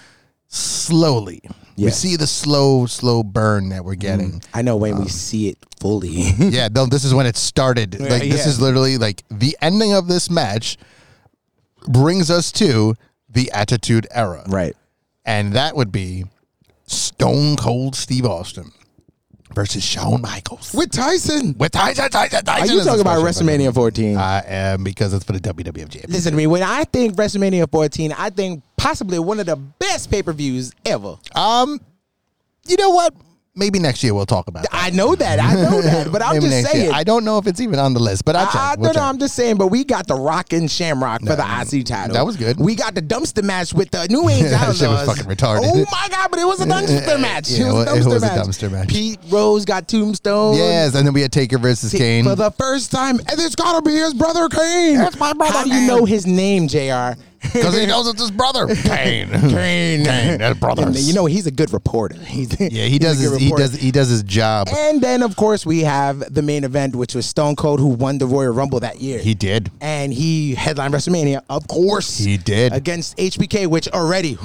Speaker 5: slowly. We
Speaker 4: Yes. Mm-hmm.
Speaker 5: see the slow, slow burn that we're getting.
Speaker 4: I know
Speaker 5: Um.
Speaker 4: when we see it fully.
Speaker 5: Yeah, no, this is when it started. Like this
Speaker 4: yeah.
Speaker 5: is literally like the ending of this match brings us to the Attitude Era.
Speaker 4: right.
Speaker 5: and that would be Stone Cold Steve Austin versus Shawn Michaels.
Speaker 4: With Tyson.
Speaker 5: with Tyson, Tyson, Tyson.
Speaker 4: Are you
Speaker 5: is
Speaker 4: talking
Speaker 5: a
Speaker 4: about
Speaker 5: special Uh, person.
Speaker 4: WrestleMania 14?
Speaker 5: I am because it's for the WWF Championship.
Speaker 4: Listen to me. When I think WrestleMania 14, I think possibly one of the best pay per views ever.
Speaker 5: Um, you know what? Maybe next year we'll talk about. That.
Speaker 4: I know that. I know that. But I'm
Speaker 5: Maybe
Speaker 4: just
Speaker 5: next year.
Speaker 4: saying.
Speaker 5: I
Speaker 4: I,
Speaker 5: don't know if it's even on the list, but I'll check.
Speaker 4: I, no, no,
Speaker 5: We'll check.
Speaker 4: I'm just saying, but we got the Rock and Shamrock for the IC title.
Speaker 5: that was good.
Speaker 4: We got the dumpster match with the New Age
Speaker 5: That
Speaker 4: Outlaws.
Speaker 5: shit was fucking retarded.
Speaker 4: Oh my god! But it was a dumpster match.
Speaker 5: Yeah,
Speaker 4: it was, a
Speaker 5: it
Speaker 4: dumpster,
Speaker 5: was a
Speaker 4: match.
Speaker 5: dumpster match.
Speaker 4: Pete Rose got tombstone.
Speaker 5: Yes, and then we had Taker versus Kane.
Speaker 4: for the first time. And it's gotta be his brother Kane. That's my brother. How do you know his name, Jr?
Speaker 5: Because he knows it's his brother, Kane. Kane, Kane, that's
Speaker 4: And
Speaker 5: brothers.
Speaker 4: you know he's a good reporter. He's,
Speaker 5: yeah, he does. His, he does. He does his job.
Speaker 4: And then of course we have the main event, which was Stone Cold, who won the Royal Rumble that year.
Speaker 5: He did.
Speaker 4: and he headlined WrestleMania, of course.
Speaker 5: He did.
Speaker 4: against HBK, which already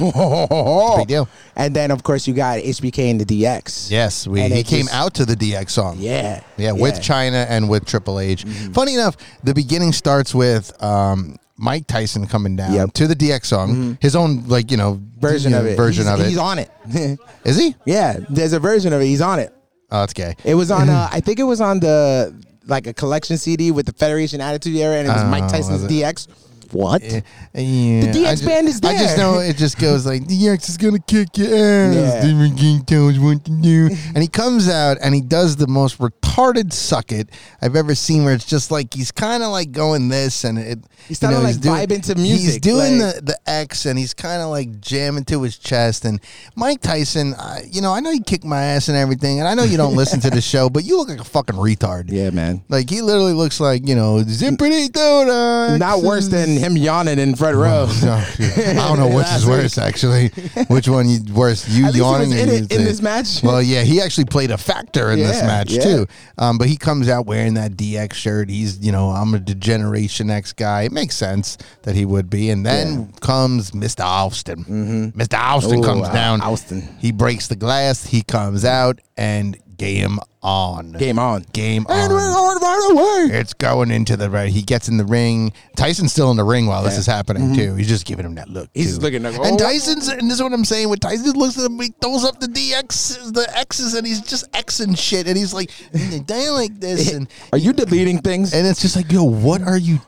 Speaker 5: Big deal.
Speaker 4: And then of course you got HBK and the DX.
Speaker 5: Yes, we,
Speaker 4: And
Speaker 5: he
Speaker 4: it
Speaker 5: came
Speaker 4: just-
Speaker 5: out to the DX song.
Speaker 4: Yeah, Mm-hmm.
Speaker 5: Yeah, with China and with Triple H. Funny enough, the beginning starts with um, Mike Tyson coming down
Speaker 4: Yep. Mm-hmm.
Speaker 5: to the DX song, his own like you know
Speaker 4: version
Speaker 5: you know,
Speaker 4: of it.
Speaker 5: Version
Speaker 4: he's,
Speaker 5: of it.
Speaker 4: He's on it.
Speaker 5: Is he?
Speaker 4: yeah, there's a version of it. He's on it.
Speaker 5: Oh, that's gay.
Speaker 4: It was on. Uh, I think it was on the like a collection CD with the Federation Attitude Era, and it was Mike Tyson's
Speaker 5: Oh, it?
Speaker 4: DX. What?
Speaker 5: Yeah,
Speaker 4: DX
Speaker 5: I ju-
Speaker 4: band is
Speaker 5: I just
Speaker 4: there.
Speaker 5: know it just goes like DX is gonna kick your ass.
Speaker 4: Yeah.
Speaker 5: Demon King tells what to do, and he comes out and he does the most retarded suck it I've ever seen. Where it's just like he's kind of like going this, and it
Speaker 4: He's
Speaker 5: you
Speaker 4: kinda,
Speaker 5: know,
Speaker 4: like, vibing to
Speaker 5: He's
Speaker 4: music,
Speaker 5: doing
Speaker 4: like-
Speaker 5: the the X, and he's kind of like jamming to his chest. And Mike Tyson, I, you know, I know you kick my ass and everything, and I know you don't listen to the show, but you look like a fucking retard.
Speaker 4: Yeah, man.
Speaker 5: Like he literally looks like you know zippity doo
Speaker 4: Not worse than him yawning in front row.
Speaker 5: Oh, no, I don't know which
Speaker 4: Last
Speaker 5: is worse, actually. Which one you worse? You
Speaker 4: At least he
Speaker 5: yawning
Speaker 4: was in
Speaker 5: or you
Speaker 4: it in
Speaker 5: say-
Speaker 4: this match.
Speaker 5: Well, yeah, he actually played a factor in this
Speaker 4: Yeah,
Speaker 5: match
Speaker 4: yeah.
Speaker 5: too. Um, but he comes out wearing that DX shirt. He's, you know, I'm a Degeneration X guy. It makes sense that he would be. And then comes Mr. Austin. Mr. Austin
Speaker 4: Mm-hmm. Ooh,
Speaker 5: comes
Speaker 4: Al-
Speaker 5: down.
Speaker 4: Austin.
Speaker 5: He breaks the glass. He comes out and game on.
Speaker 4: Game on.
Speaker 5: Game
Speaker 4: And
Speaker 5: on.
Speaker 4: we're on right away.
Speaker 5: It's going into the right. He gets in the ring. Tyson's still in the ring while this is happening too. He's just giving him that look.
Speaker 4: Mm-hmm. He's
Speaker 5: too.
Speaker 4: looking like, oh.
Speaker 5: and Tyson's and this is what I'm saying. When Tyson looks at him, he throws up the DX, the X's, and he's just Xing shit. And he's like, "They like this," and
Speaker 4: Are you deleting things?
Speaker 5: and it's just like, yo, what are you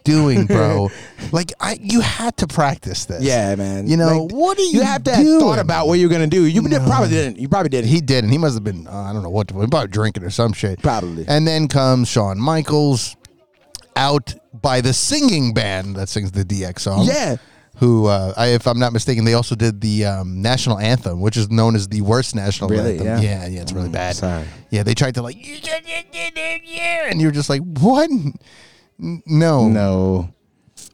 Speaker 5: doing, bro? like, I you had to practice this.
Speaker 4: yeah, man.
Speaker 5: You know
Speaker 4: Like,
Speaker 5: what are you?
Speaker 4: You have to have thought
Speaker 5: doing?
Speaker 4: about what you're gonna do. You did- probably didn't. You probably didn't.
Speaker 5: He didn't. He must have been, uh, I don't know what, probably drinking or some shit.
Speaker 4: Probably.
Speaker 5: And then comes Shawn Michaels out by the singing band that sings the DX song.
Speaker 4: Yeah.
Speaker 5: Who, uh, I, if I'm not mistaken, they also did the um, national anthem, which is known as the worst national
Speaker 4: Really?
Speaker 5: anthem.
Speaker 4: Yeah. Mm,
Speaker 5: yeah, yeah, it's really bad.
Speaker 4: sorry.
Speaker 5: Yeah, they tried to like, yeah, and you're just like, what? N- No.
Speaker 4: no.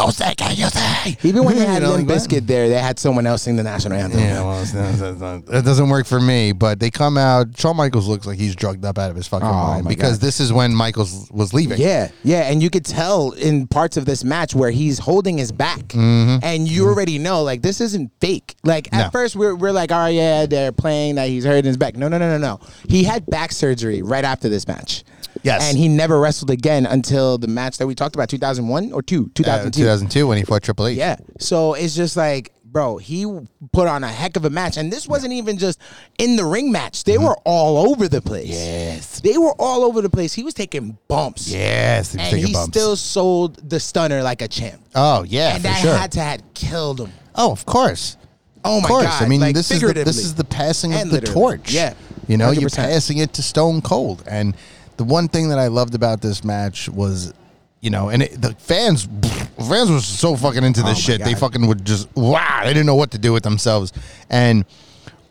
Speaker 5: Oh, say, can you say?
Speaker 4: Even when they had
Speaker 5: You know,
Speaker 4: Limp
Speaker 5: like, what?
Speaker 4: Biscuit there, they had someone else sing the national anthem.
Speaker 5: Yeah, well, it's, it's, it's not- that doesn't work for me. But they come out. Shawn Michaels looks like he's drugged up out of his fucking
Speaker 4: Oh,
Speaker 5: mind
Speaker 4: my
Speaker 5: because this is when Michaels was leaving.
Speaker 4: Yeah, yeah, and you could tell in parts of this match where he's holding his back, and you already know like this isn't fake. Like at
Speaker 5: Mm-hmm. No.
Speaker 4: first we're, we're like, oh yeah, they're playing that he's hurting his back. No, no, no, no, no. He had back surgery right after this match.
Speaker 5: Yes.
Speaker 4: and he never wrestled again until the match that we talked about, two thousand one or two, two
Speaker 5: Uh,
Speaker 4: thousand two.
Speaker 5: 2002 when he fought Triple H.
Speaker 4: Yeah. So it's just like, bro, he put on a heck of a match. And this wasn't even just in the ring match. They were all over the place.
Speaker 5: Mm-hmm. Yes.
Speaker 4: They were all over the place. He was taking bumps.
Speaker 5: Yes. He was
Speaker 4: And
Speaker 5: taking
Speaker 4: he
Speaker 5: bumps.
Speaker 4: still sold the stunner like a champ.
Speaker 5: Oh yeah,
Speaker 4: and
Speaker 5: for
Speaker 4: that
Speaker 5: sure.
Speaker 4: had to had killed him.
Speaker 5: oh, of course.
Speaker 4: Oh my
Speaker 5: of course.
Speaker 4: god.
Speaker 5: I mean,
Speaker 4: like,
Speaker 5: this is the, this
Speaker 4: figuratively.
Speaker 5: is the passing of
Speaker 4: And
Speaker 5: the
Speaker 4: literally.
Speaker 5: torch.
Speaker 4: Yeah.
Speaker 5: You know, you are
Speaker 4: 100%.
Speaker 5: passing it to Stone Cold. And the one thing that I loved about this match was, you know, and it, the fans, fans were so fucking into this
Speaker 4: Oh my
Speaker 5: shit. They
Speaker 4: God.
Speaker 5: fucking would just wow. They didn't know what to do with themselves. And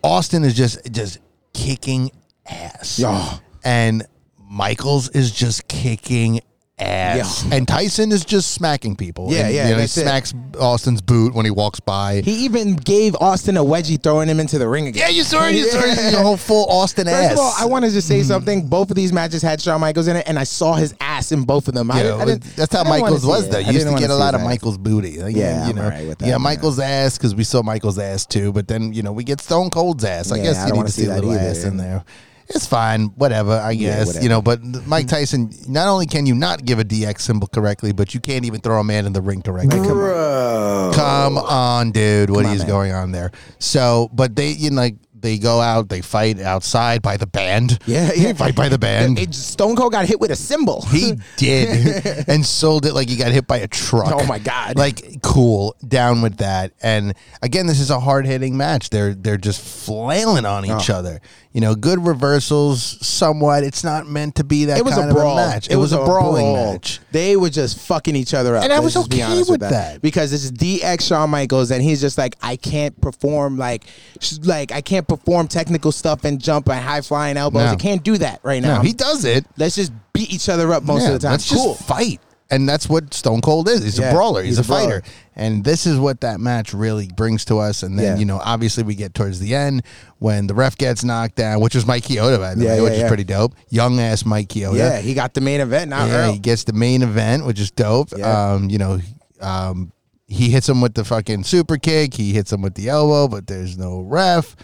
Speaker 5: Austin is just just kicking ass.
Speaker 4: Yeah.
Speaker 5: And Michaels is just kicking ass. And Tyson is just smacking people.
Speaker 4: Yeah,
Speaker 5: And,
Speaker 4: yeah,
Speaker 5: you know, he
Speaker 4: that's it.
Speaker 5: smacks Austin's boot when he walks by.
Speaker 4: he even gave Austin a wedgie throwing him into the ring again.
Speaker 5: Yeah, you saw it. You saw it. The whole full Austin
Speaker 4: First
Speaker 5: ass.
Speaker 4: of all, I want to just
Speaker 5: Mm.
Speaker 4: say something. Both of these matches had Shawn Michaels in it, and I saw his ass in both of them. I-
Speaker 5: You know,
Speaker 4: I didn't-
Speaker 5: that's how
Speaker 4: I didn't wanna
Speaker 5: Michaels
Speaker 4: see
Speaker 5: was,
Speaker 4: it.
Speaker 5: though.
Speaker 4: I
Speaker 5: You used
Speaker 4: didn't
Speaker 5: to
Speaker 4: wanna
Speaker 5: get a
Speaker 4: see
Speaker 5: lot
Speaker 4: his
Speaker 5: of
Speaker 4: ass.
Speaker 5: Michaels' booty. Like,
Speaker 4: Yeah,
Speaker 5: you
Speaker 4: I'm
Speaker 5: know,
Speaker 4: alright with that,
Speaker 5: yeah,
Speaker 4: man.
Speaker 5: Michaels' ass because we saw Michaels' ass too. But then you know we get Stone Cold's ass. I
Speaker 4: Yeah, I
Speaker 5: guess
Speaker 4: don't
Speaker 5: you need
Speaker 4: wanna
Speaker 5: to
Speaker 4: see
Speaker 5: see a
Speaker 4: that
Speaker 5: little
Speaker 4: either.
Speaker 5: ass in there. It's fine, whatever. I
Speaker 4: Yeah,
Speaker 5: guess
Speaker 4: whatever.
Speaker 5: you know. But th- Mike Tyson, not only can you not give a DX symbol correctly, but you can't even throw a man in the ring correctly. Come on. Come on, dude. What is
Speaker 4: man.
Speaker 5: going on there? So, but they, you know, like they go out, they fight outside by the band.
Speaker 4: Yeah,
Speaker 5: They
Speaker 4: yeah.
Speaker 5: fight by the band.
Speaker 4: It- Stone Cold got hit with a cymbal.
Speaker 5: He did, and sold it like he got hit by a truck.
Speaker 4: Oh, my God.
Speaker 5: Like cool, down with that. And again, this is a hard hitting match. They're they're just flailing on each
Speaker 4: Oh.
Speaker 5: other. You know, good reversals, somewhat. It's not meant to be that.
Speaker 4: it was
Speaker 5: kind
Speaker 4: a brawl.
Speaker 5: Of a match. It, was, a brawling match.
Speaker 4: They were just fucking each other up.
Speaker 5: And I
Speaker 4: Let's
Speaker 5: was
Speaker 4: just be
Speaker 5: okay
Speaker 4: honest
Speaker 5: with that.
Speaker 4: because this is DX Shawn Michaels, and he's just like, I can't perform like, sh- like I can't perform technical stuff and jump and high flying elbows.
Speaker 5: No.
Speaker 4: I can't do that right now.
Speaker 5: No, he does it.
Speaker 4: let's just beat each other up most
Speaker 5: Yeah,
Speaker 4: of the time.
Speaker 5: Let's
Speaker 4: cool.
Speaker 5: just fight. And that's what Stone Cold is. He's
Speaker 4: Yeah,
Speaker 5: a brawler. He's,
Speaker 4: he's
Speaker 5: a,
Speaker 4: a brawler.
Speaker 5: fighter. And this is what that match really brings to us. And then,
Speaker 4: Yeah.
Speaker 5: you know, obviously we get towards the end when the ref gets knocked down, which is Mike Kyoto, by the
Speaker 4: Yeah,
Speaker 5: way,
Speaker 4: yeah,
Speaker 5: which is
Speaker 4: yeah.
Speaker 5: pretty dope. Young ass Mike Kyoto.
Speaker 4: yeah, he got the main event now.
Speaker 5: Yeah,
Speaker 4: Earl.
Speaker 5: he gets the main event, which is dope.
Speaker 4: Yeah.
Speaker 5: Um, you know, um, he hits him with the fucking super kick. He hits him with the elbow, but there's no ref.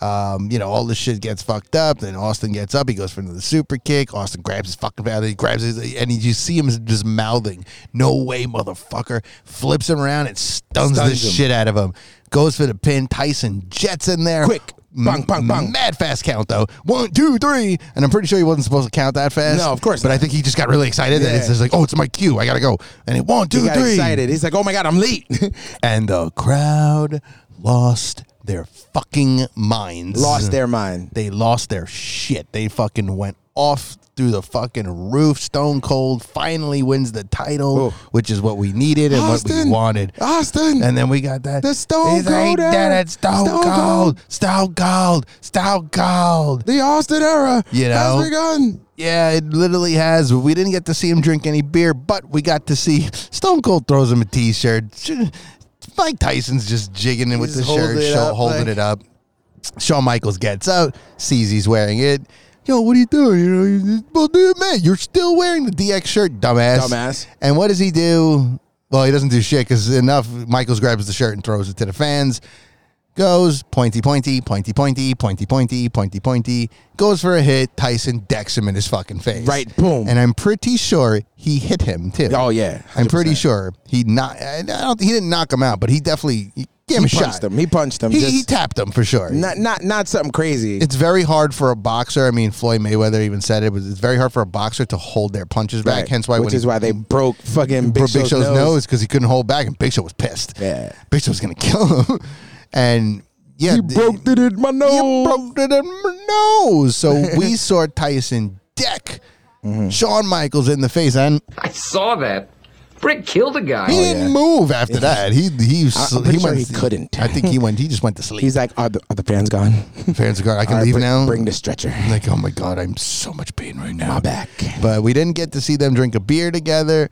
Speaker 5: Um, you know, all this shit gets fucked up. Then Austin gets up. He goes for another super kick. Austin grabs his fucking belt. He grabs his, and you just see him just mouthing, "No way, motherfucker!" Flips him around and
Speaker 4: Stuns
Speaker 5: stuns, the
Speaker 4: him.
Speaker 5: shit out of him. Goes for the pin. Tyson jets in there.
Speaker 4: Quick. Bang, bang, bang.
Speaker 5: Mad fast count though. One, two, three. And I'm pretty sure he wasn't supposed to count that fast.
Speaker 4: No, of course
Speaker 5: But I
Speaker 4: not.
Speaker 5: think he just got really excited. That
Speaker 4: Yeah.
Speaker 5: it's just like, oh, it's my cue. I gotta go. And it one, two,
Speaker 4: He got
Speaker 5: three.
Speaker 4: excited. He's like, "Oh my god, I'm late."
Speaker 5: And the crowd lost their fucking minds.
Speaker 4: Lost their mind.
Speaker 5: They lost their shit. They fucking went off through the fucking roof. Stone Cold finally wins the title,
Speaker 4: Oh.
Speaker 5: which is what we needed and what we
Speaker 4: Austin.
Speaker 5: wanted.
Speaker 4: Austin.
Speaker 5: And then we got that.
Speaker 4: The Stone
Speaker 5: He's like,
Speaker 4: Cold era.
Speaker 5: "That it's Stone,
Speaker 4: Stone Cold.
Speaker 5: Cold. Stone Cold. Stone Cold.
Speaker 4: the Austin era
Speaker 5: You know?
Speaker 4: begun.
Speaker 5: Yeah, it literally has. We didn't get to see him drink any beer, but we got to see Stone Cold throws him a t-shirt. Mike Tyson's just jigging it with
Speaker 4: He's
Speaker 5: the
Speaker 4: holding
Speaker 5: shirt,
Speaker 4: it
Speaker 5: show-
Speaker 4: up,
Speaker 5: holding
Speaker 4: like-
Speaker 5: it up. Shawn Michaels gets out, sees he's wearing it. Yo, what are you doing? You know, he's- well, dude, man, you're still wearing the DX shirt, dumbass.
Speaker 4: Dumbass.
Speaker 5: And what does he do? Well, he doesn't do shit because enough. Michaels grabs the shirt and throws it to the fans. Goes pointy, pointy, pointy, pointy, pointy, pointy, pointy, pointy. Goes for a hit. Tyson decks him in his fucking face.
Speaker 4: Right, boom.
Speaker 5: And I'm pretty sure he hit him too.
Speaker 4: Oh, yeah,
Speaker 5: I'm
Speaker 4: 100%.
Speaker 5: pretty sure he not. I don't. He didn't knock him out, but he definitely he gave him
Speaker 4: He
Speaker 5: a shot.
Speaker 4: punched him. He punched him.
Speaker 5: He,
Speaker 4: Just-
Speaker 5: he tapped him for sure.
Speaker 4: Not not not something crazy.
Speaker 5: it's very hard for a boxer. I mean, Floyd Mayweather even said it was. It's very hard for a boxer to hold their punches back.
Speaker 4: Right.
Speaker 5: Hence why,
Speaker 4: which
Speaker 5: when
Speaker 4: is
Speaker 5: he,
Speaker 4: why they broke fucking Big,
Speaker 5: broke Big
Speaker 4: Show's, nose.
Speaker 5: nose because he couldn't hold back, and Big Show was pissed.
Speaker 4: Yeah.
Speaker 5: Big Show was gonna kill him, and yeah,
Speaker 4: You
Speaker 5: th-
Speaker 4: broke it in my nose.
Speaker 5: you broke it in my nose. So we saw Tyson deck
Speaker 4: Mm-hmm.
Speaker 5: Shawn Michaels in the face, and
Speaker 6: I saw that. Brick killed a guy.
Speaker 4: Oh,
Speaker 5: he didn't move after that. He he
Speaker 4: I'm
Speaker 5: sl-
Speaker 4: pretty
Speaker 5: he,
Speaker 4: sure
Speaker 5: went,
Speaker 4: he couldn't.
Speaker 5: I think he went. He just went to sleep.
Speaker 4: He's like, are the, are the fans gone?
Speaker 5: Fans are gone. I can
Speaker 4: All right,
Speaker 5: leave
Speaker 4: bring,
Speaker 5: now.
Speaker 4: Bring the stretcher.
Speaker 5: like, oh my god, I'm so much pain right now.
Speaker 4: My back.
Speaker 5: But we didn't get to see them drink a beer together.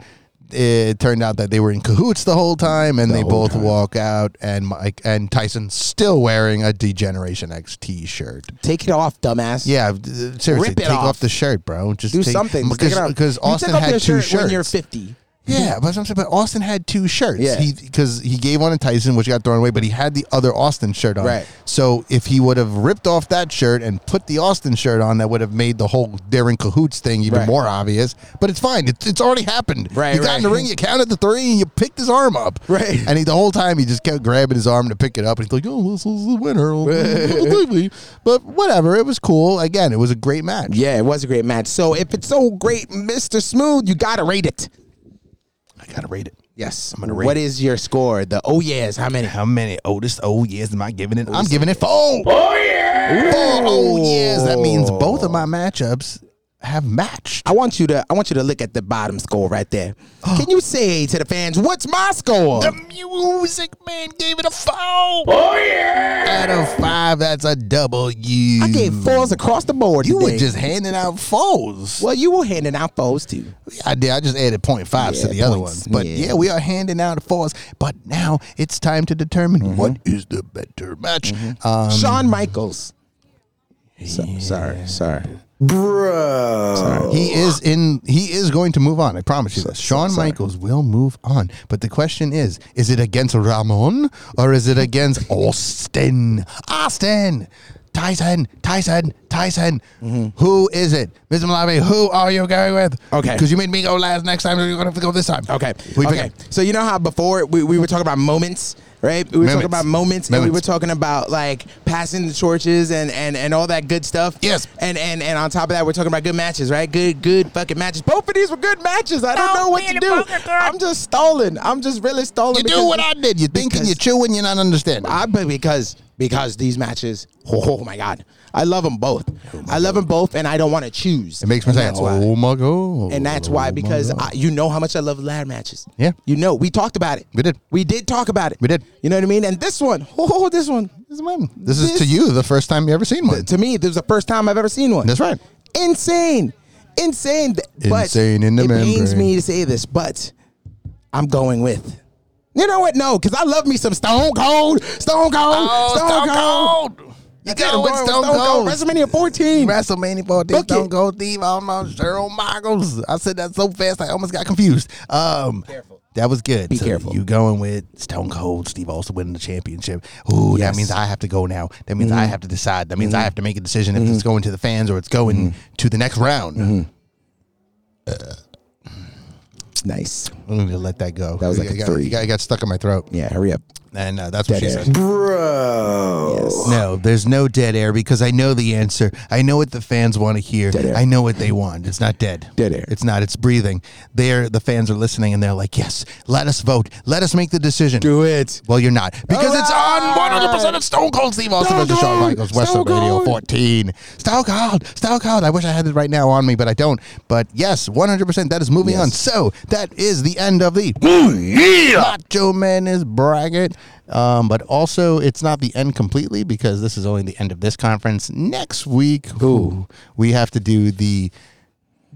Speaker 5: It turned out that they were in cahoots the whole time, and they both walk out. And Mike and Tyson still wearing a Degeneration X T-shirt.
Speaker 4: Take it off, dumbass.
Speaker 5: Yeah, d- seriously,
Speaker 4: Rip it
Speaker 5: take off.
Speaker 4: off.
Speaker 5: the shirt, bro. Just
Speaker 4: Do
Speaker 5: take-
Speaker 4: something. Just take it
Speaker 5: because
Speaker 4: off.
Speaker 5: because
Speaker 4: You
Speaker 5: Austin
Speaker 4: take off
Speaker 5: had
Speaker 4: your
Speaker 5: two
Speaker 4: shirt
Speaker 5: shirts.
Speaker 4: When you're 50.
Speaker 5: Yeah, but I'm saying, but Austin had two shirts.
Speaker 4: Yeah.
Speaker 5: because he, gave one to Tyson, which got thrown away, but he had the other Austin shirt on.
Speaker 4: Right.
Speaker 5: So if he would have ripped off that shirt and put the Austin shirt on, that would have made the whole they're in cahoots thing even
Speaker 4: Right.
Speaker 5: more obvious. But it's fine. It's, it's already happened.
Speaker 4: Right,
Speaker 5: You got in the
Speaker 4: right.
Speaker 5: ring, you counted the three, and you picked his arm up.
Speaker 4: Right.
Speaker 5: And he, the whole time he just kept grabbing his arm to pick it up, and he's like, "Oh, this is the winner." but whatever, it was cool. Again, it was a great match.
Speaker 4: Yeah, it was a great match. So if it's so great, Mr. Smooth, you gotta rate it.
Speaker 5: I gotta rate it.
Speaker 4: Yes.
Speaker 5: I'm gonna rate
Speaker 4: What
Speaker 5: it.
Speaker 4: is your score? The oh yes, how many?
Speaker 5: How many Otis oh yeahs am I giving it? I'm giving it four. Oh yeah. Four oh yeahs. That means both of my matchups have matched.
Speaker 4: I want you to I want you to look at the bottom score right there. Can you say to the fans, what's my score?
Speaker 5: The music man gave it a four. Oh yeah. Out of five, that's a W.
Speaker 4: I gave fours across the board.
Speaker 5: You
Speaker 4: today.
Speaker 5: were just handing out fours.
Speaker 4: well, you were handing out fours too.
Speaker 5: I did. I just added 0.5 to
Speaker 4: Yeah,
Speaker 5: the other
Speaker 4: points.
Speaker 5: ones. But yeah.
Speaker 4: Yeah.
Speaker 5: we are handing out fours. But now it's time to determine
Speaker 4: Mm-hmm.
Speaker 5: what is the better match. Um,
Speaker 4: Shawn Michaels. So- Sorry, sorry.
Speaker 5: He is in. He is going to move on. I promise you this. Shawn
Speaker 4: sorry.
Speaker 5: Michaels will move on. But the question is: Is it against Ramon or is it against Austin? Austin, Tyson, Tyson, Tyson.
Speaker 4: Mm-hmm.
Speaker 5: Who is it, Mr. Malave? Who are you going with?
Speaker 4: Okay.
Speaker 5: because you made me go last. Next time you're gonna have to go this time.
Speaker 4: Okay.
Speaker 5: We pick
Speaker 4: okay.
Speaker 5: him.
Speaker 4: So you know how before we, we were talking about moments, right? We were
Speaker 5: Moments.
Speaker 4: talking about moments, and we
Speaker 5: Moments.
Speaker 4: were talking about like passing the torches and, and and all that good stuff.
Speaker 5: Yes.
Speaker 4: And and and on top of that, we're talking about good matches, right? Good good fucking matches. Both of these were good matches. I don't know what to do. I'm just stalling. I'm just really stalling.
Speaker 5: You
Speaker 4: because-
Speaker 5: do what I did. You're thinking,
Speaker 4: because-
Speaker 5: you're chewing, you're not understanding.
Speaker 4: I but because because these matches, oh my god, I love them both. I love them both, and I don't want to choose.
Speaker 5: Oh it makes me
Speaker 4: And
Speaker 5: say,
Speaker 4: that's why.
Speaker 5: "Oh my god!"
Speaker 4: And that's
Speaker 5: Oh
Speaker 4: why,
Speaker 5: my
Speaker 4: because
Speaker 5: God.
Speaker 4: I, you know how much I love ladder matches.
Speaker 5: Yeah.
Speaker 4: You know, we talked about it.
Speaker 5: We did.
Speaker 4: We did talk about it.
Speaker 5: We did.
Speaker 4: You know what I mean? And this one, oh, this one.
Speaker 5: this is mine. This is
Speaker 4: This-
Speaker 5: to you the first time you ever seen one.
Speaker 4: To me, this was the first time I've ever seen one.
Speaker 5: That's right.
Speaker 4: Insane. Insane. But
Speaker 5: Insane in the
Speaker 4: It pains
Speaker 5: membrane.
Speaker 4: me to say this, but I'm going with. You know what? No, because I love me some Stone Cold. Stone Cold.
Speaker 5: Oh,
Speaker 4: Stone, Cold.
Speaker 5: You
Speaker 4: That's it, I'm going with WrestleMania 14.
Speaker 5: WrestleMania 14.
Speaker 4: Book
Speaker 5: Stone
Speaker 4: it.
Speaker 5: Cold Steve almost Cheryl Michaels. I said that so fast I almost got confused. Um, That was good.
Speaker 4: Be
Speaker 5: So
Speaker 4: careful.
Speaker 5: You going with Stone Cold Steve also winning the championship. Ooh, that
Speaker 4: Yes. Mm-hmm.
Speaker 5: means I have to go now. That means I have to decide. That means I have to make a decision if it's going to the fans or it's going
Speaker 4: Mm-hmm.
Speaker 5: to the next round.
Speaker 4: Nice.
Speaker 5: I'm going to let that go.
Speaker 4: That was like
Speaker 5: I
Speaker 4: a
Speaker 5: got,
Speaker 4: three.
Speaker 5: I got, I got stuck in my throat.
Speaker 4: Yeah, hurry up.
Speaker 5: And uh, that's what
Speaker 4: Dead
Speaker 5: she
Speaker 4: air.
Speaker 5: said. No, there's no dead air because I know the answer. I know what the fans want to hear.
Speaker 4: Dead air.
Speaker 5: I know what they want. It's not dead.
Speaker 4: Dead air.
Speaker 5: It's not. It's breathing. They're the fans are listening and they're like, yes, let us vote. Let us make the decision.
Speaker 4: Do it.
Speaker 5: Well, you're not because it's on 100 percent of Stone Cold Steve Austin
Speaker 4: Ah! Stone
Speaker 5: versus Shawn
Speaker 4: Cold!
Speaker 5: Michaels, West
Speaker 4: Stone
Speaker 5: of Radio
Speaker 4: Cold!
Speaker 5: 14. Stone Cold, Stone Cold. I wish I had it right now on me, but I don't. But yes, 100 percent. That is moving on. So that is the end of the Macho Man is bracket. Um, but also, it's not the end completely because this is only the end of this conference. Next week, ooh, we have to do the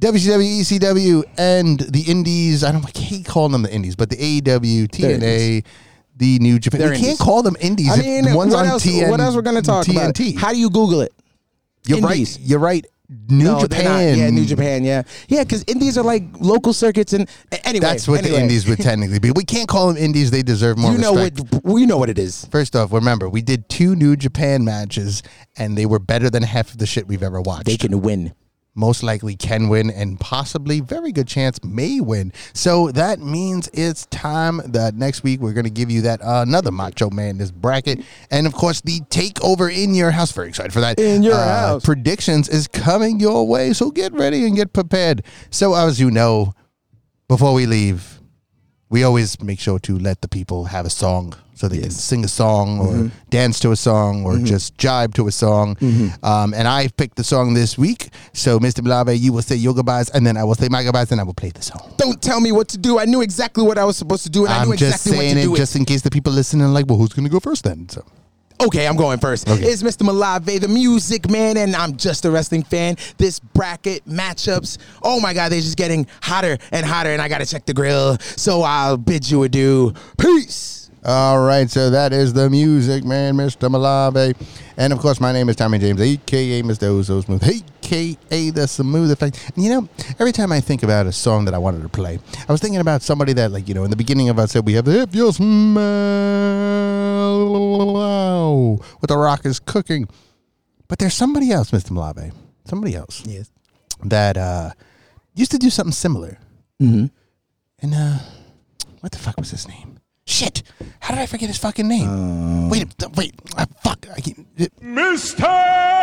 Speaker 5: WCW, ECW, E and the Indies. I don't I keep calling them the Indies, but the E AEW, TNA, the New Japan.
Speaker 4: They're
Speaker 5: we can't
Speaker 4: Indies.
Speaker 5: call them Indies.
Speaker 4: I
Speaker 5: if
Speaker 4: mean,
Speaker 5: one's
Speaker 4: what
Speaker 5: on
Speaker 4: else?
Speaker 5: TN
Speaker 4: what else we're gonna talk about?
Speaker 5: TNT.
Speaker 4: How do you Google it?
Speaker 5: You're
Speaker 4: Indies.
Speaker 5: right. You're right. New
Speaker 4: No, they're not.
Speaker 5: Japan.
Speaker 4: Yeah, New Japan. Yeah, yeah, because indies are like local circuits, and a- anyway,
Speaker 5: That's what
Speaker 4: anyway,
Speaker 5: the indies would technically be. We can't call them indies. They deserve more
Speaker 4: You know
Speaker 5: respect.
Speaker 4: what? We know what it is.
Speaker 5: First off, remember, we did two New Japan matches, and they were better than half of the shit we've ever watched.
Speaker 4: They can win.
Speaker 5: most likely can win and possibly very good chance may win. So that means it's time that next week we're going to give you that uh, another Macho Madness bracket and of course the takeover in your house. Very excited for that. Uh,
Speaker 4: In your house.
Speaker 5: predictions is coming your way, so get ready and get prepared. So as you know, before we leave, we always make sure to let the people have a song so they can sing a song or
Speaker 4: Mm-hmm.
Speaker 5: dance to a song or just jibe to a song.
Speaker 4: Mm-hmm.
Speaker 5: Um, and I picked the song this week. So, Mr. Blave, you will say your goodbyes, and then I will say my goodbyes, and I will play the song.
Speaker 4: Don't tell me what to do. I knew exactly what I was supposed to do, and i
Speaker 5: I'm
Speaker 4: knew
Speaker 5: just
Speaker 4: exactly
Speaker 5: saying
Speaker 4: what to
Speaker 5: it
Speaker 4: do.
Speaker 5: just in case the people listening are like, well, who's going to go first then? So,
Speaker 4: Okay, I'm going first. It's Mr. Malave, the music man, and I'm just a wrestling fan. This bracket matchups, oh my God, they're just getting hotter and hotter, and I gotta check the grill. So I'll bid you adieu. Peace.
Speaker 5: all right. So that is the music, man, Mr. Malave. And of course, my name is Tommy James, aka Mr. Ozo Smooth, aka the Smooth Effect. And you know, every time I think about a song that I wanted to play, I was thinking about somebody that, like, you know, in the beginning of us said we have the if you smell what the rock is cooking. But there's somebody else, Mr. Malave. Somebody else.
Speaker 4: Yes.
Speaker 5: that uh, used to do something similar. Mm-hmm. And uh, what the fuck was his name? Shit! How did I forget his fucking name? wait, wait, ah, fuck! I can't,
Speaker 2: Mr.